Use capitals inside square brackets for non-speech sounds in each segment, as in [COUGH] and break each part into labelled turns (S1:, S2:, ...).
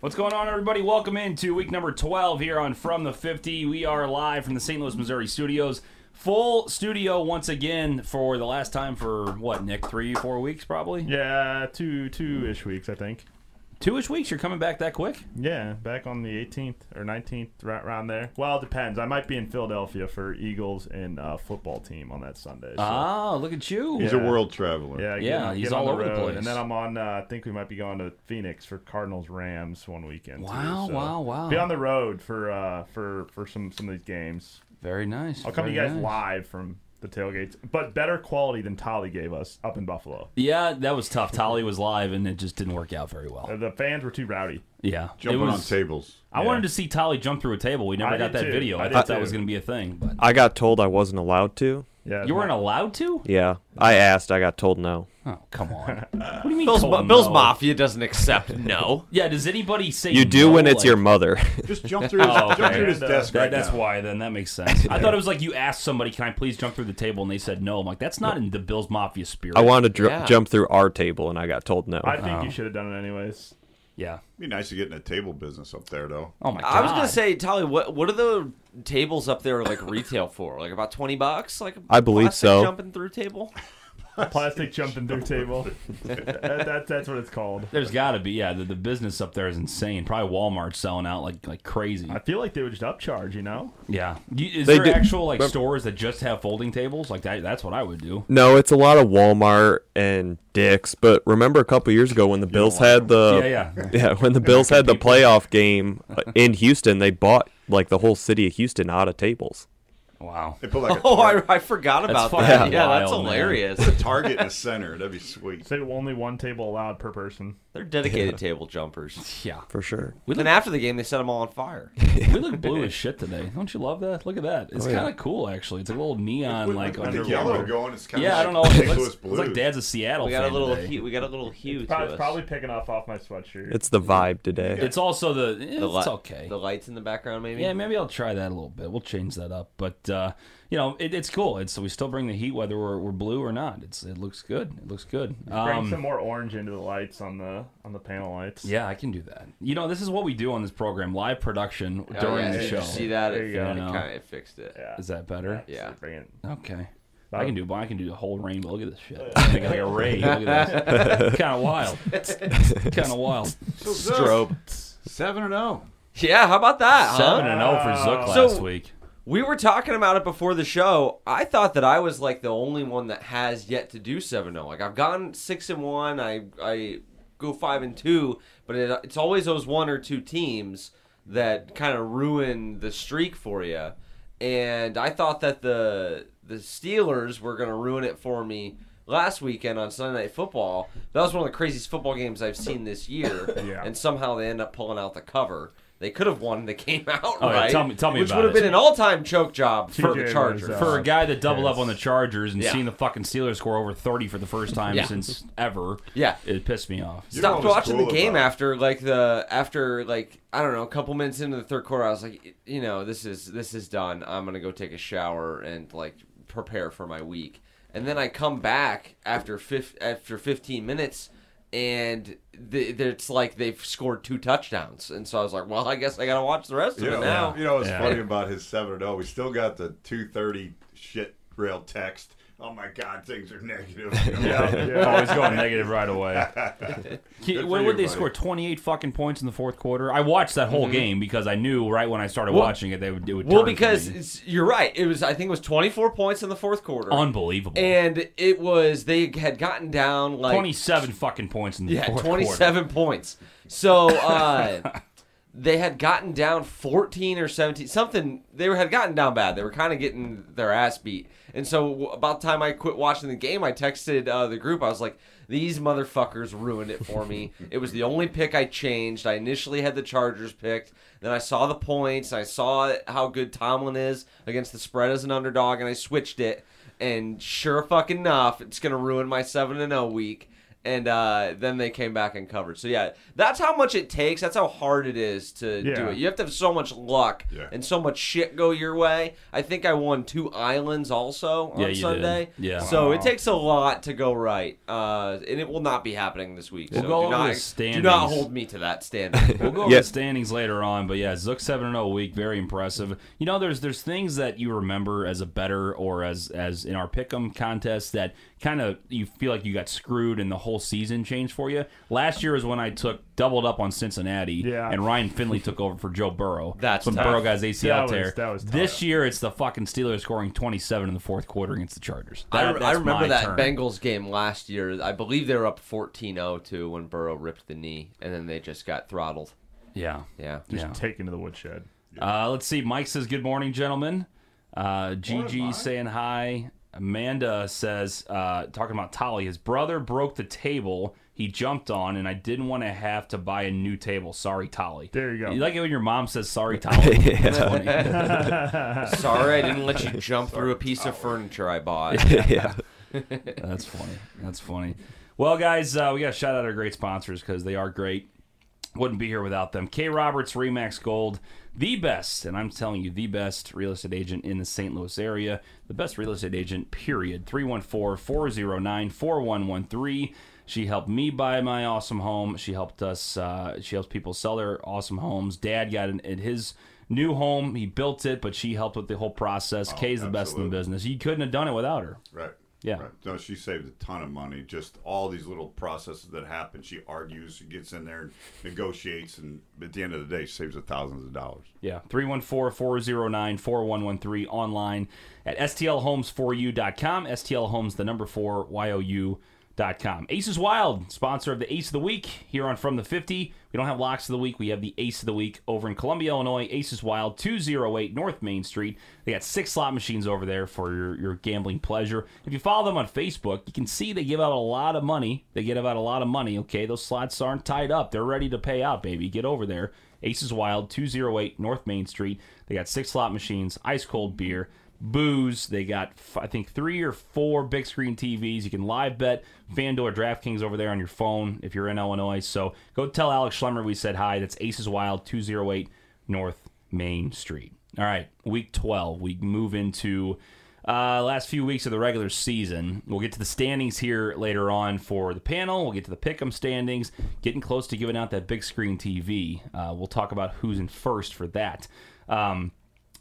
S1: What's going on, everybody? Welcome into week number 12 here on From the 50. We are live from the St. Louis, Missouri studios. Full studio once again for the last time for what, Nick? Three, four weeks probably?
S2: Yeah, two two ish weeks I think.
S1: Two ish weeks? You're coming back that quick?
S2: Yeah, back on the 18th or 19th, right around there. Well, it depends. I might be in Philadelphia for Eagles and uh, football team on that Sunday. So,
S1: Ah, look at you.
S3: He's a world traveler.
S2: yeah,
S1: yeah, he's all
S2: on
S1: over the
S2: road.
S1: place.
S2: And then I'm on. Uh, I think we might be going to Phoenix for Cardinals Rams one weekend. too,
S1: Wow,
S2: so
S1: wow, wow.
S2: Be on the road for uh, for for some some of these games.
S1: Very nice.
S2: I'll come to
S1: very
S2: you guys
S1: nice.
S2: live from the tailgates, but better quality than Tolly gave us up in Buffalo.
S1: Yeah, that was tough. Tolly was live and it just didn't work out very well.
S2: Uh, The fans were too rowdy.
S1: Yeah. it
S3: Jumping on
S1: was,
S3: tables.
S1: I
S2: Yeah.
S1: wanted to see Tolly jump through a table. We never
S2: I
S1: got
S2: did
S1: that
S2: too.
S1: video. I,
S2: I did
S1: thought that
S2: too.
S1: was going to be a thing, but
S4: I got told I wasn't allowed to.
S2: Yeah,
S1: you
S2: my-
S1: weren't allowed to?
S4: Yeah, I asked. I got told no.
S1: Oh, come
S2: [LAUGHS]
S1: on. What do you mean?
S5: Bill's,
S1: told
S5: Bill's
S1: no?
S5: Mafia doesn't accept [LAUGHS] no.
S1: Yeah, does anybody say
S4: You do
S1: no?
S4: when it's
S1: Like-
S4: your mother. [LAUGHS]
S3: Just jump
S2: [LAUGHS]
S3: through his,
S1: Oh, okay.
S3: jump through his
S2: That-
S3: desk
S1: That,
S3: right
S1: that's
S3: now.
S1: why. Then that makes
S3: [LAUGHS]
S1: sense. I thought it was like you asked somebody, "Can I please jump through the table?" and they said no. I'm like, that's not in the Bills Mafia spirit.
S4: I wanted to dr-
S5: Yeah.
S4: jump through our table, and I got told no.
S2: I think
S1: um,
S2: you should have done it anyways.
S1: Yeah.
S3: Be nice to get in a table business up there, though.
S1: Oh my god.
S5: I was gonna say, Tolly, what what are the tables up there like retail for? Like about twenty bucks? Like a
S4: I believe
S5: plastic
S4: so.
S5: Jumping through table. [LAUGHS]
S2: plastic jumping through table. that, that- that's what it's called.
S1: There's got to be yeah. The, the business up there is insane. Probably Walmart selling out like like crazy.
S2: I feel like they would just upcharge, you know?
S1: Yeah. You, is
S4: They
S1: there
S4: do-
S1: actual like stores that just have folding tables? Like that, that's what I would do.
S4: No, it's a lot of Walmart and Dick's. But remember a couple years ago when the Bills had the
S1: yeah, yeah.
S4: [LAUGHS] yeah, when the Bills had the playoff game uh, in Houston, they bought like the whole city of Houston out of tables.
S1: Wow.
S3: They
S1: [LAUGHS]
S3: put like a
S5: Oh,
S3: tar-
S5: I, I forgot about
S1: fucking
S5: that. Yeah, that's
S1: wild, man.
S5: hilarious.
S3: target in the center. That'd
S1: [LAUGHS]
S3: be sweet.
S2: Say only one table allowed per person.
S5: They're dedicated
S1: [LAUGHS]
S5: table jumpers.
S1: Yeah.
S4: For sure.
S5: Then after the game, they set them all on fire.
S1: We look blue as shit today. Don't you love that? Look at that.
S5: Oh,
S1: It's kind of cool actually. It's a little neon
S3: With-
S1: like
S3: with the
S1: underwater.
S3: yellow going, it's kind of
S1: Yeah, I
S3: like
S1: don't
S3: [LAUGHS]
S1: know.
S3: St.
S1: It looks,
S3: Louis
S1: it's like
S3: Blues.
S1: Dad's a Seattle.
S5: We got a
S1: fan
S5: little
S1: today.
S5: hue. We got a little hue to
S2: Probably,
S5: us.
S2: probably picking off off my sweatshirt.
S4: It's the vibe today.
S1: It's also the. eh, It's
S5: the li-
S1: okay.
S5: The lights in the background, maybe.
S1: Yeah, maybe I'll try that a little bit. We'll change that up, but uh, you know, it, it's cool. It's we still bring the heat whether we're, we're blue or not. It's it looks good. It looks good.
S2: Bring
S1: Um,
S2: some more orange into the lights on the on the panel lights.
S1: yeah, I can do that. You know, this is what we do on this program: live production
S5: Oh,
S1: during
S5: yeah,
S1: the
S5: did
S1: show.
S5: You see that?
S2: There
S5: It,
S2: you go.
S5: kind
S1: No.
S5: of it fixed it.
S2: Yeah.
S1: Is that better?
S5: Yeah.
S2: Bring it.
S1: Okay.
S2: That-
S1: I can do. I can do the whole rainbow. Look at this
S5: [LAUGHS]
S1: shit. I got like a ray. Look at this. kind of wild. kind of wild.
S3: So Zook,
S5: Strobe.
S3: Seven and zero.
S5: Yeah. How about that? huh?
S1: Seven and zero for Zook
S5: Uh, So-
S1: last week.
S5: We were talking about it before the show. I thought that I was like the only one that has yet to do 7-0. Like I've gone 6 and 1, I I go 5 and 2, but it, it's always those one or two teams that kind of ruin the streak for you. And I thought that the the Steelers were going to ruin it for me last weekend on Sunday Night Football. That was one of the craziest football games I've seen this year,
S2: Yeah.
S5: and somehow they end up pulling out the cover. They could have won the [LAUGHS] game outright.
S1: Oh, yeah, tell me- tell me
S5: which
S1: about
S5: would have
S1: it.
S5: been an all-time choke job for
S2: TJ
S5: the Chargers.
S2: was, uh,
S1: for a guy that doubled up on the Chargers and
S5: Yeah.
S1: seeing the fucking Steelers score over 30 for the first time
S5: Yeah.
S1: since ever,
S5: Yeah.
S1: it pissed me off.
S3: You're
S5: Stopped
S3: always
S5: watching
S3: cool
S5: the game
S3: about it.
S5: after like the after like I don't know a couple minutes into the third quarter. I was like, you know, this is this is done. I'm gonna go take a shower and like prepare for my week. And then I come back after fif- after 15 minutes, and the, it's like they've scored two touchdowns. And so I was like, well, I guess I gotta watch the rest
S3: You
S5: of it
S3: know,
S1: oh.
S5: now.
S3: you know what's
S1: Yeah.
S3: funny about his seven and zero? We still got the two thirty shit rail text. Oh my God, things
S1: [LAUGHS]
S3: are negative.
S2: Yeah, yeah.
S1: Always going negative right away. [LAUGHS]
S3: Good for
S1: when
S3: you,
S1: would they
S3: buddy.
S1: score 28 fucking points in the fourth quarter? I watched that whole game because I knew right when I started
S5: Well-
S1: watching it they would it would
S5: Well,
S1: turn for
S5: because
S1: me.
S5: it's, you're right. It was I think it was 24 points in the fourth quarter.
S1: unbelievable.
S5: and it was they had gotten down like
S1: 27 fucking points in the
S5: yeah
S1: fourth
S5: 27 points so
S1: [LAUGHS]
S5: uh they had gotten down 14 or 17 something they were, had gotten down bad they were kind of getting their ass beat and so w- about the time i quit watching the game i texted uh, the group i was like these motherfuckers ruined it for
S1: [LAUGHS]
S5: me it was the only pick i changed i initially had the chargers picked then i saw the points i saw how good tomlin is against the spread as an underdog and i switched it and sure fucking enough it's gonna ruin my 7-0 week and uh, then they came back and covered. So yeah, that's how much it takes. That's how hard it is to do
S2: Yeah.
S5: it. You have to have so much luck
S3: Yeah.
S5: and so much shit go your way. I think I won two islands also on
S1: Yeah, you did.
S5: Sunday.
S1: Yeah.
S5: So it takes a lot to go right, uh, and it will not be happening this week.
S1: We'll
S5: so
S1: go
S5: do
S1: over
S5: not,
S1: the
S5: Do not
S1: standings.
S5: hold me to that
S1: [LAUGHS]
S5: standard.
S1: We'll go over
S4: Yeah.
S1: the standings later on, but yeah, Zook seven and zero week, very impressive. You know, there's there's things that you remember as a better or as as in our pick'em contest that kind of you feel like you got screwed and the whole season changed for you. Last year was when I took doubled up on Cincinnati,
S2: Yeah.
S1: and Ryan Finley took over for Joe Burrow.
S5: [LAUGHS] That's
S1: when
S5: tough.
S1: Burrow got his ACL
S2: That was-
S1: tear.
S2: that was tough.
S1: this year, it's the fucking Steelers scoring twenty seven in the fourth quarter against the Chargers.
S5: I,
S1: That-
S5: re- I
S1: that's my
S5: remember that
S1: turn.
S5: Bengals game last year. I believe they were up 14-0 too when Burrow ripped the knee, and then they just got throttled.
S1: Yeah,
S5: Yeah.
S1: yeah.
S2: Taken to the woodshed.
S1: Uh, let's see. Mike says, "Good morning, gentlemen." Uh, Gigi saying hi. Amanda says, uh, talking about Tolly, his brother broke the table he jumped on, and I didn't want to have to buy a new table. Sorry, Tolly.
S2: There you go.
S1: You like it when your mom says, "Sorry, Tolly." That's funny.
S5: Sorry, I didn't let you jump through a piece of furniture I bought.
S4: yeah.
S1: That's funny. That's funny. Well, guys, uh, we got to shout out our great sponsors because they are great. Wouldn't be here without them. K. Roberts, Remax Gold, the best, and I'm telling you, the best real estate agent in the St. Louis area, the best real estate agent, period. 314 409 4113. She helped me buy my awesome home. She helped us, uh, she helps people sell their awesome homes. Dad got in at his new home. He built it, but she helped with the whole process. Kay's the best in the
S3: absolutely.
S1: business. You couldn't have done it without her.
S3: Right.
S1: Yeah.
S3: Right. No, she saved a ton of money. Just all these little processes that happen. She argues, she gets in there and negotiates, and at the end of the day, she saves her thousands of dollars.
S1: Yeah, 314-409-4113 online at stlhomes4u.com, stlhomes the number 4 you dot com. Ace is Wild, sponsor of the Ace of the Week here on From the 50. We don't have locks of the week, we have the Ace of the Week over in Columbia, Illinois. Ace is Wild, 208 North Main Street. They got six slot machines over there for your, your gambling pleasure. If you follow them on Facebook, you can see they give out a lot of money. They give out a lot of money, okay? Those slots aren't tied up. They're ready to pay out, baby. Get over there. Aces Wild, 208 North Main Street. They got six slot machines, ice cold beer, booze. They got, f- I think, three or four big screen TVs. You can live bet FanDuel or DraftKings over there on your phone if you're in Illinois. So go tell Alex Schlemmer we said hi. That's Aces Wild, 208 North Main Street. All right, week 12. We move into uh, last few weeks of the regular season. We'll get to the standings here later on for the panel. We'll get to the pick'em standings. Getting close to giving out that big screen TV. Uh, we'll talk about who's in first for that. Um,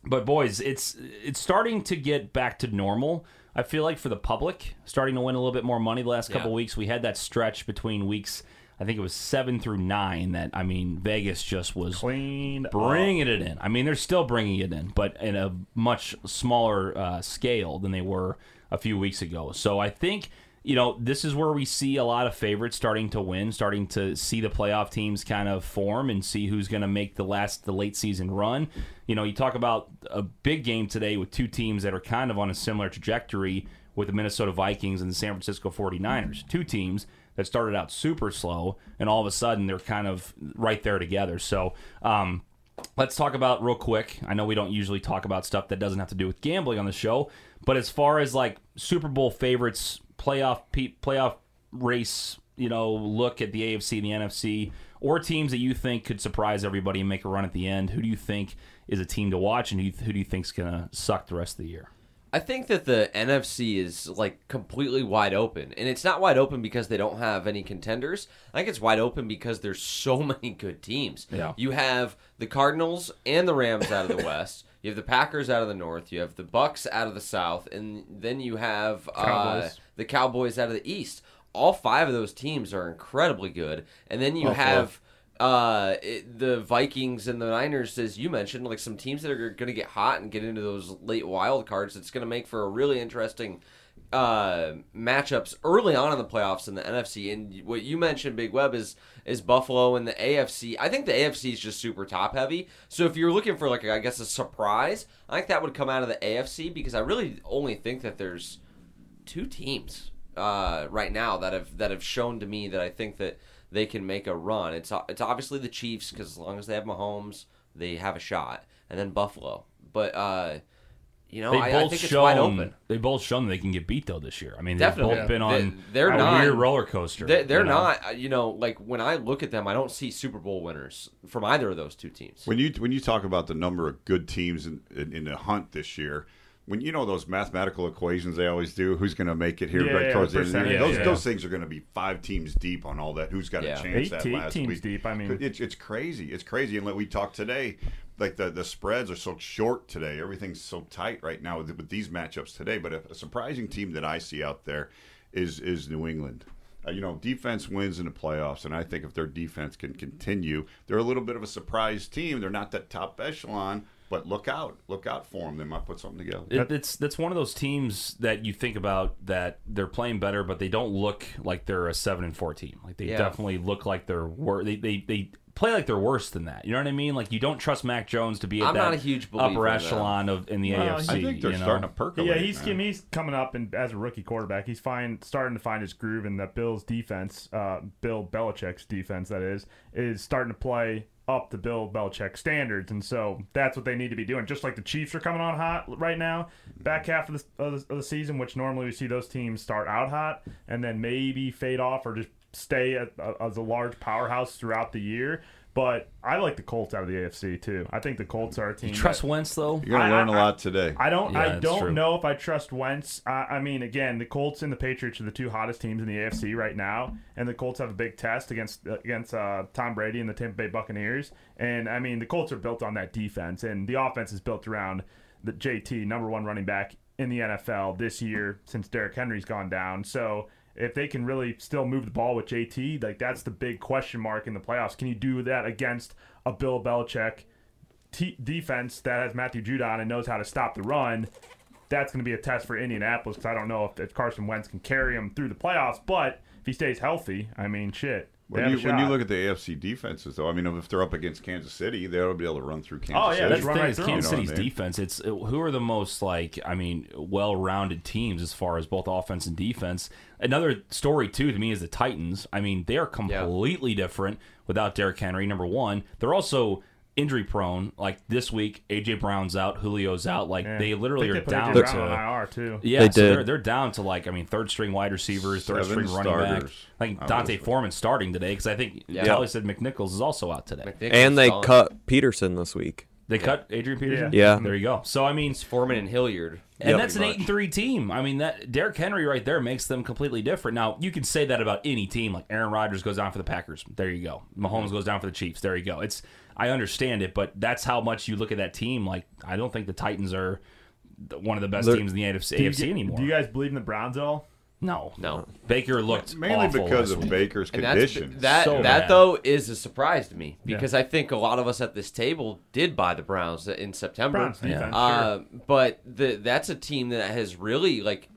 S1: but boys, it's it's starting to get back to normal. I feel like for the public, starting to win a little bit more money the last couple
S5: Yeah.
S1: weeks. We had that stretch between weeks. I think it was seven through nine. That I mean, Vegas just was
S2: Cleaned up.
S1: bringing it in. I mean, they're still bringing it in, but in a much smaller uh, scale than they were a few weeks ago. So I think you know this is where we see a lot of favorites starting to win, starting to see the playoff teams kind of form and see who's going to make the last the late season run. You know, you talk about a big game today with two teams that are kind of on a similar trajectory with the Minnesota Vikings and the San Francisco 49ers. Two teams that started out super slow and all of a sudden they're kind of right there together. So, um, Let's talk about real quick. I know we don't usually talk about stuff that doesn't have to do with gambling on the show, but as far as like Super Bowl favorites, playoff pe- playoff race, you know, look at the AFC, the NFC, or teams that you think could surprise everybody and make a run at the end. Who do you think is a team to watch, and who, who do you think's gonna suck the rest of the year?
S5: I think that the NFC is like completely wide open, and it's not wide open because they don't have any contenders. I think it's wide open because there's so [LAUGHS] many good teams.
S1: Yeah.
S5: You have the Cardinals and the Rams out of the West. You have the Packers out of the North. You have the Bucks out of the South, and then you have uh,
S2: Cowboys.
S5: the Cowboys out of the East. All five of those teams are incredibly good, and then you have uh, it, the Vikings and the Niners, as you mentioned, like some teams that are going to get hot and get into those late wild cards. It's going to make for a really interesting uh, matchups early on in the playoffs in the NFC. And what you mentioned, Big Web, is is Buffalo and the AFC. I think the AFC is just super top heavy. So if you're looking for like I guess a surprise, I think that would come out of the AFC because I really only think that there's two teams uh, right now that have that have shown to me that I think that they can make a run. It's o- it's obviously the Chiefs because as long as they have Mahomes, they have a shot, and then Buffalo. But uh, you know,
S1: They
S5: I, I
S1: both
S5: think it's wide
S1: shown
S5: open.
S1: they both shown they can get beat though this year. I mean,
S5: Definitely.
S1: they've both been
S5: They-
S1: on
S5: they're
S1: a
S5: not-
S1: weird roller coaster.
S5: They, they're
S1: you know?
S5: not, uh, you know, like when I look at them, I don't see Super Bowl winners from either of those two teams.
S3: When you when you talk about the number of good teams in, in, in the hunt this year, when you know those mathematical equations they always do, who's going to make it here
S2: Yeah,
S3: right
S2: yeah,
S3: towards the end? Of the year,
S2: percentage,
S3: those
S2: yeah.
S3: those things are going to be five teams deep on all that. Who's got
S5: Yeah.
S3: a chance
S2: Eight
S3: that
S2: te-
S3: last
S2: teams
S3: week?
S2: deep, I mean.
S3: it's it's crazy. It's crazy. And like we talked today, like the the spreads are so short today. Everything's so tight right now with, with these matchups today. But a, a surprising team that I see out there is is New England. Uh, you know, defense wins in the playoffs, and I think if their defense can continue, they're a little bit of a surprise team. They're not that top echelon, but look out, look out for them. They might put something together.
S1: It, it's that's one of those teams that you think about that they're playing better, but they don't look like they're a seven and four team. Like they
S5: Yeah.
S1: definitely look like they're wor- they, they they play like they're worse than that. You know what I mean? Like you don't trust Mac Jones to be at
S5: I'm
S1: that
S5: not a huge believer
S1: upper
S5: in that.
S1: echelon of in the
S2: Well,
S1: AFC.
S3: I think they're
S1: you know?
S3: starting to percolate.
S2: Yeah, he's
S3: man.
S2: getting, he's coming up and as a rookie quarterback, he's fine starting to find his groove, and that Bill's defense, uh, Bill Belichick's defense, that is, is starting to play up to Bill Belichick standards, and so that's what they need to be doing. Just like the Chiefs are coming on hot right now, back half of the, of the, of the season, which normally we see those teams start out hot and then maybe fade off or just stay at, as a large powerhouse throughout the year. But I like the Colts out of the AFC too. I think the Colts are a team. that-
S1: Trust Wentz though.
S3: You're going
S2: I-
S3: to learn a
S2: I-
S3: lot today.
S2: I don't.
S1: Yeah,
S2: I
S1: that's
S2: don't
S1: true.
S2: know if I trust Wentz. I, I mean, again, the Colts and the Patriots are the two hottest teams in the AFC right now, and the Colts have a big test against against uh, Tom Brady and the Tampa Bay Buccaneers. And I mean, the Colts are built on that defense, and the offense is built around the JT, number one running back in the NFL this year since Derrick Henry's gone down. So. If they can really still move the ball with JT, like that's the big question mark in the playoffs. Can you do that against a Bill Belichick t- defense that has Matthew Judon and knows how to stop the run, that's going to be a test for Indianapolis because I don't know if, if Carson Wentz can carry him through the playoffs. But if he stays healthy, I mean, shit. they
S3: When
S2: have
S3: you,
S2: a
S3: when you
S2: shot.
S3: look at the AFC defenses, though, I mean, if they're up against Kansas City, they'll be able to run through Kansas
S2: Oh, yeah,
S3: City.
S1: That's
S2: that's
S1: the
S2: run
S1: thing
S2: right
S1: is
S2: through 'em.
S1: Kansas
S3: You know what
S1: City's
S3: I mean?
S1: defense. It's uh, who are the most like I mean, well-rounded teams as far as both offense and defense. Another story too to me is the Titans. I mean, they are completely different without Derrick Henry. Number one, they're also injury prone. Like this week, AJ Brown's out, Julio's out. Like
S2: Yeah.
S1: they literally
S2: I
S1: are
S2: think they put
S1: down
S2: AJ
S1: to
S2: Brown on IR too.
S1: yeah,
S4: They
S1: so
S4: did.
S1: They're, they're down to like I mean third string wide receivers, third
S3: Seven
S1: string running back.
S3: starters.
S1: I think Dante Foreman starting today because I think
S5: Yeah.
S1: Tally said McNichols is also out today.
S5: McNichols
S4: And they
S5: gone.
S4: cut Peterson this week.
S1: They cut Adrian Peterson.
S4: Yeah. Yeah.
S1: there you go. So I mean,
S5: Foreman and Hilliard.
S1: and that's an
S5: Pretty
S1: eight and three team. I mean, that Derrick Henry right there makes them completely different. Now you can say that about any team. Like Aaron Rodgers goes down for the Packers, there you go. Mahomes goes down for the Chiefs, there you go. It's I understand it, but that's how much you look at that team. Like I don't think the Titans are the- one of the best teams in the AFC,
S2: you,
S1: AFC
S2: g-
S1: anymore.
S2: Do you guys believe in the Browns at all?
S1: no,
S5: No.
S1: Baker looked
S3: Mainly
S1: awful
S3: because
S1: last
S3: of
S1: week.
S3: Baker's
S5: And that's
S3: condition.
S5: that
S1: So
S5: that
S1: bad.
S5: though is a surprise to me because I think a lot of us at this table did buy the Browns in September.
S2: Browns defense,
S5: Uh, but the, that's a team that has really like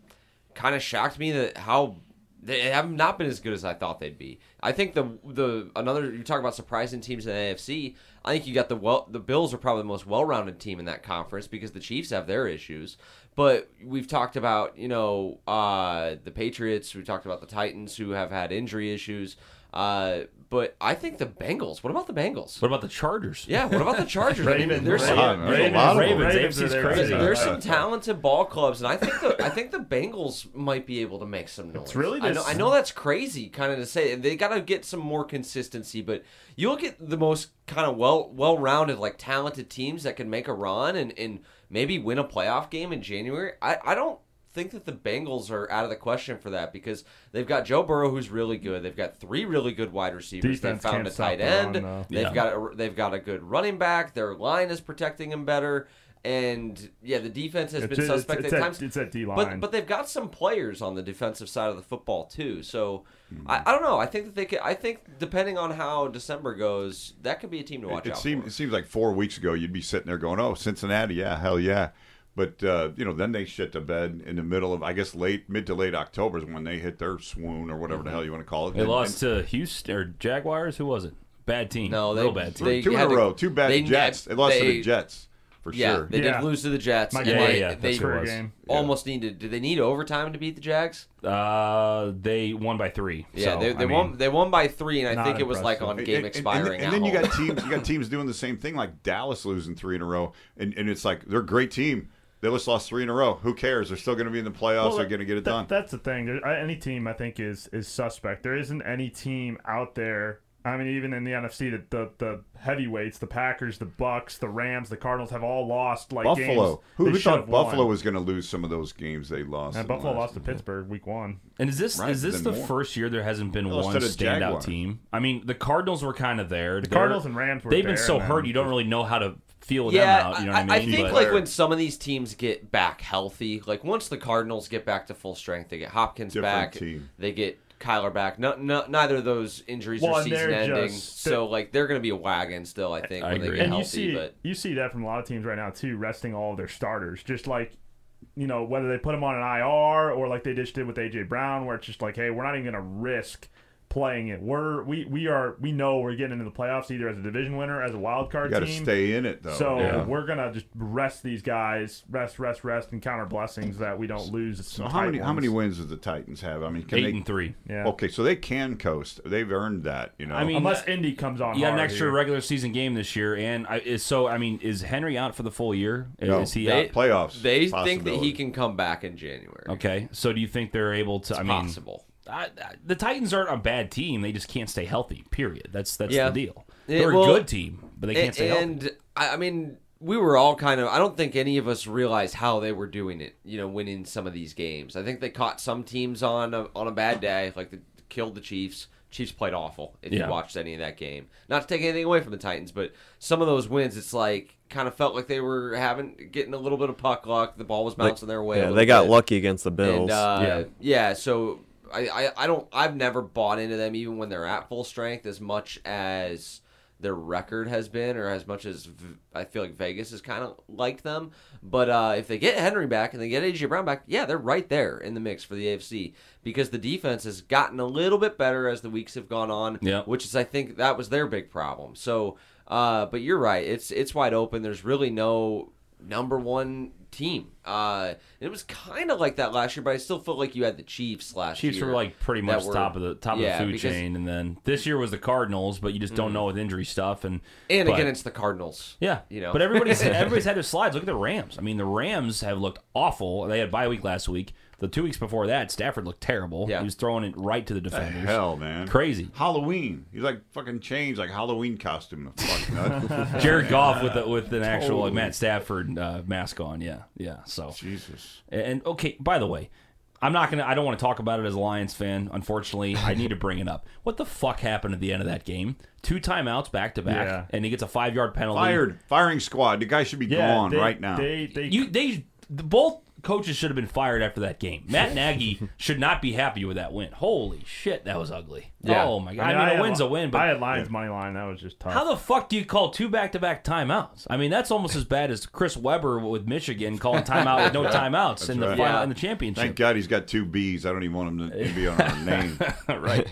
S5: kind of shocked me that how they have not been as good as I thought they'd be. I think the the another you talk about surprising teams in the AFC. I think you got the well the Bills are probably the most well rounded team in that conference because the Chiefs have their issues. But we've talked about you know uh, the Patriots. We talked about the Titans who have had injury issues. Uh, but I think the Bengals. What about the Bengals?
S1: What about the Chargers?
S5: Yeah, what about
S2: [LAUGHS]
S5: the Chargers? I mean, there's some-
S3: Ravens. There's a lot of them.
S1: Ravens,
S2: Ravens are
S1: AFC 's
S2: there.
S1: crazy.
S5: there's
S3: Yeah.
S5: some talented ball clubs, and I think the I think the Bengals might be able to make some noise.
S2: really
S5: I know,
S2: just-
S5: I know that's crazy, kind of to say. They got to get some more consistency, but you look at the most kind of well well rounded, like talented teams that can make a run and and maybe win a playoff game in January. I I don't think that the Bengals are out of the question for that because they've got Joe Burrow who's really good. They've got three really good wide receivers.
S2: Defense
S5: they found
S2: can't
S5: a
S2: stop
S5: tight
S2: the
S5: end.
S2: run, though.
S5: They've
S1: Yeah.
S5: got a, they've got a good running back. Their line is protecting him better, and yeah, the defense has
S2: It's-
S5: been
S2: it's-
S5: suspect
S2: it's
S5: at
S2: that-
S5: times.
S2: it's that D
S5: but
S2: line.
S5: but they've got some players on the defensive side of the football too. So
S2: Hmm.
S5: I, I don't know. I think that they could. I think depending on how December goes, that could be a team to watch
S3: it
S5: out
S3: seems
S5: for.
S3: it seems like four weeks ago you'd be sitting there going, "Oh, Cincinnati, yeah, hell yeah," but uh, you know then they shit the bed in the middle of I guess late mid to late October is when they hit their swoon or whatever
S5: Mm-hmm.
S3: the hell you want to call it.
S1: They
S3: And-
S1: lost to Houston or Jaguars. Who was it? Bad team.
S5: No, they-
S1: real bad team.
S3: and
S5: they
S3: two in a
S5: had to-
S3: row, two bad
S5: they-
S3: Jets. They lost to
S5: they-
S3: the Jets for
S5: Yeah,
S3: sure.
S5: they
S2: Yeah.
S5: did lose to the Jets.
S2: My
S5: and
S2: guy.
S5: they,
S1: Yeah, yeah,
S5: they
S1: that's what it was.
S2: game.
S5: almost needed. Did they need overtime to beat the Jags?
S1: Uh, they won by three.
S5: Yeah,
S1: so,
S5: they, they
S1: I mean,
S5: won. They won by three, and I
S2: not
S5: think it was like
S2: impressive.
S5: on game
S3: And- and-
S5: expiring.
S3: And,
S5: at
S3: then you
S5: home.
S3: got teams, you got teams doing the same thing, like Dallas losing three in a row, and, and it's like they're a great team. They just lost three in a row. Who cares? They're still going to be in the playoffs.
S2: Well,
S3: They're going to get it
S2: that-
S3: done.
S2: That's the thing. There, I- any team I think is is suspect. There isn't any team out there. I mean, even in the NFC, that the the heavyweights, the Packers, the Bucks, the Rams, the Cardinals have all lost like
S3: Buffalo.
S2: games
S3: Who,
S2: they
S3: who
S2: should
S3: thought
S2: have won.
S3: Buffalo was going to lose some of those games they lost?
S2: And
S3: in the
S2: Buffalo
S3: last-
S2: lost to Pittsburgh week one.
S1: And is this
S3: Right,
S1: is this
S3: then
S1: the
S3: more.
S1: first year there hasn't been
S3: Well,
S1: one
S3: instead
S1: standout
S3: of Jaguar.
S1: team? I mean, the Cardinals were kind of there. The
S2: Cardinals and Rams were
S1: They've been
S2: there,
S1: so
S2: and then
S1: hurt, you don't really know how to feel
S5: yeah,
S1: them out. You know
S5: I,
S1: what
S5: I
S1: I mean?
S5: think
S1: But-
S5: like when some of these teams get back healthy, like once the Cardinals get back to full strength, they get Hopkins
S3: Different
S5: back,
S3: team.
S5: they get Kyler back. No, no, neither of those injuries
S2: Well,
S5: are
S2: and they're
S5: season ending,
S2: just-
S5: so like they're going to be a wagon still. I think
S1: I
S5: when they
S1: agree.
S5: get
S2: and
S5: healthy,
S2: you see
S5: but
S2: you see that from a lot of teams right now too, resting all of their starters, just like you know whether they put them on an IR or like they just did with AJ Brown, where it's just like, hey, we're not even going to risk playing it. We're we we are we know we're getting into the playoffs either as a division winner as a wild card
S3: You got to
S2: team.
S3: stay in it though.
S2: so
S1: Yeah.
S2: we're gonna just rest these guys, rest, rest, rest, and count our blessings that we don't lose.
S3: So how many how many wins does the Titans have? I mean, can
S1: eight
S3: they?
S1: and three.
S2: Yeah.
S3: Okay, so they can coast. They've earned that. You know,
S1: I mean,
S2: Unless Indy comes on,
S1: You got an
S2: hard
S1: extra
S2: here.
S1: regular season game this year, and I, is, so I mean, is Henry out for the full year? Is,
S3: No.
S1: is he
S5: They-
S1: out?
S3: playoffs.
S5: they think that he
S3: possibility.
S5: can come back in January.
S1: Okay, so do you think they're able to? I mean,
S5: Possible.
S1: I, I- the Titans aren't a bad team; they just can't stay healthy. Period. That's that's
S5: Yeah.
S1: the deal.
S5: It-
S1: They're
S5: well,
S1: a good team, but they can't stay healthy.
S5: and I, I mean, we were all kind of. I don't think any of us realized how they were doing it. You know, winning some of these games. I think they caught some teams on a, on a bad day, like they killed the Chiefs. Chiefs played awful. If
S1: Yeah.
S5: you watched any of that game, not to take anything away from the Titans, but some of those wins, it's like kind of felt like they were having getting a little bit of puck luck. The ball was bouncing their way. a
S4: Yeah,
S5: little
S4: they got
S5: bit.
S4: lucky against the Bills.
S5: And, uh,
S1: Yeah.
S5: yeah. so I, I, I don't I've never bought into them even when they're at full strength as much as their record has been or as much as v- I feel like Vegas has kind of liked them. But uh, if they get Henry back and they get AJ Brown back, yeah, they're right there in the mix for the AFC because the defense has gotten a little bit better as the weeks have gone on,
S1: Yeah.
S5: which is I think that was their big problem. So uh, but you're right. It's it's wide open. There's really no number one team. Uh, and it was kind of like that last year, but I still felt like you had the Chiefs last year.
S1: Chiefs were like pretty much
S5: that were-
S1: top of the top
S5: yeah,
S1: of the food
S5: because- Mm.
S1: chain, and then this year was the Cardinals, but you just don't know with injury stuff and
S5: And
S1: but-
S5: again, it's the Cardinals.
S1: yeah,
S5: you know.
S1: But
S5: [LAUGHS]
S1: everybody's everybody's had their slides. Look at the Rams. I mean, the Rams have looked awful. They had bye week last week. The two weeks before that, Stafford looked terrible.
S5: Yeah.
S1: He was throwing it right to the defenders.
S3: Hell, man,
S1: Crazy.
S3: Halloween. He's like fucking changed, like Halloween costume.
S2: [LAUGHS]
S3: Fuck nut. [LAUGHS]
S1: Jared Goff with a, with an actual like, Matt Stafford uh, mask on. Yeah, yeah. So
S3: Jesus.
S1: And- And okay, by the way, I'm not gonna. I don't want to talk about it as a Lions fan. Unfortunately, I need to bring it up. What the fuck happened at the end of that game? Two timeouts back to
S2: Yeah.
S1: back, and he gets a five yard penalty.
S3: Fired. Firing squad. The guy should be
S2: Yeah,
S3: gone
S2: they-
S3: right now.
S2: They they
S1: You they the, both coaches should have been fired after that game. Matt Nagy should not be happy with that win. Holy shit, that was ugly.
S5: Yeah.
S1: Oh my god. I mean, a
S2: had
S1: win's
S2: li-
S1: a win,
S2: I
S1: but.
S2: had Lions money line. That was just tough.
S1: How the fuck do you call two back-to-back timeouts? I mean, that's almost as bad as Chris Webber with Michigan calling timeout with no timeouts in the
S3: right.
S1: final,
S5: Yeah.
S1: in the championship.
S3: Thank God he's got two B's. I don't even want him to be
S1: [LAUGHS]
S3: on our name.
S1: right.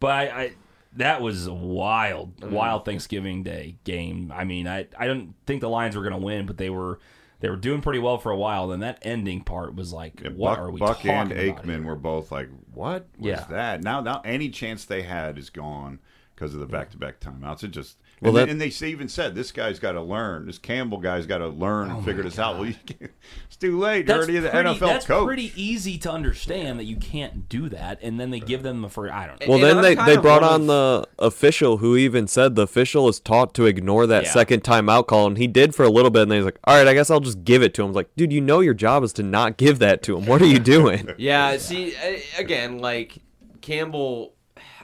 S1: But I, I that was a wild,
S3: Mm.
S1: wild Thanksgiving Day game. I mean, I I don't think the Lions were going to win, but they were they were doing pretty well for a while. Then that ending part was like,
S3: Yeah,
S1: what
S3: Buck,
S1: are we
S3: Buck
S1: talking
S3: and
S1: about
S3: Aikman
S1: here?
S3: were both like, "What was
S1: Yeah.
S3: that?" Now, now any chance they had is gone because of the back-to-back timeouts. It just
S4: Well,
S3: and,
S4: that-
S3: they- and they s- even said this guy's got to learn. This Campbell guy's got to learn and figure this out. Well, you can't, it's too late. You're
S1: Oh That's
S3: already the
S1: pretty-
S3: NFL
S1: that's
S3: coach.
S1: pretty easy to understand that you can't do that, and then they give them the free. I don't know.
S4: well,
S5: And
S4: then
S5: I'm
S4: they,
S5: kind
S4: they
S5: of
S4: brought
S5: one
S4: on
S5: of-
S4: the official who even said the official is taught to ignore that
S1: Yeah.
S4: second timeout call, and he did for a little bit, and then he's like, all right, I guess I'll just give it to him. I was like, dude, you know your job is to not give that to him. What are you doing?
S5: [LAUGHS] Yeah, see, a- again, like Campbell,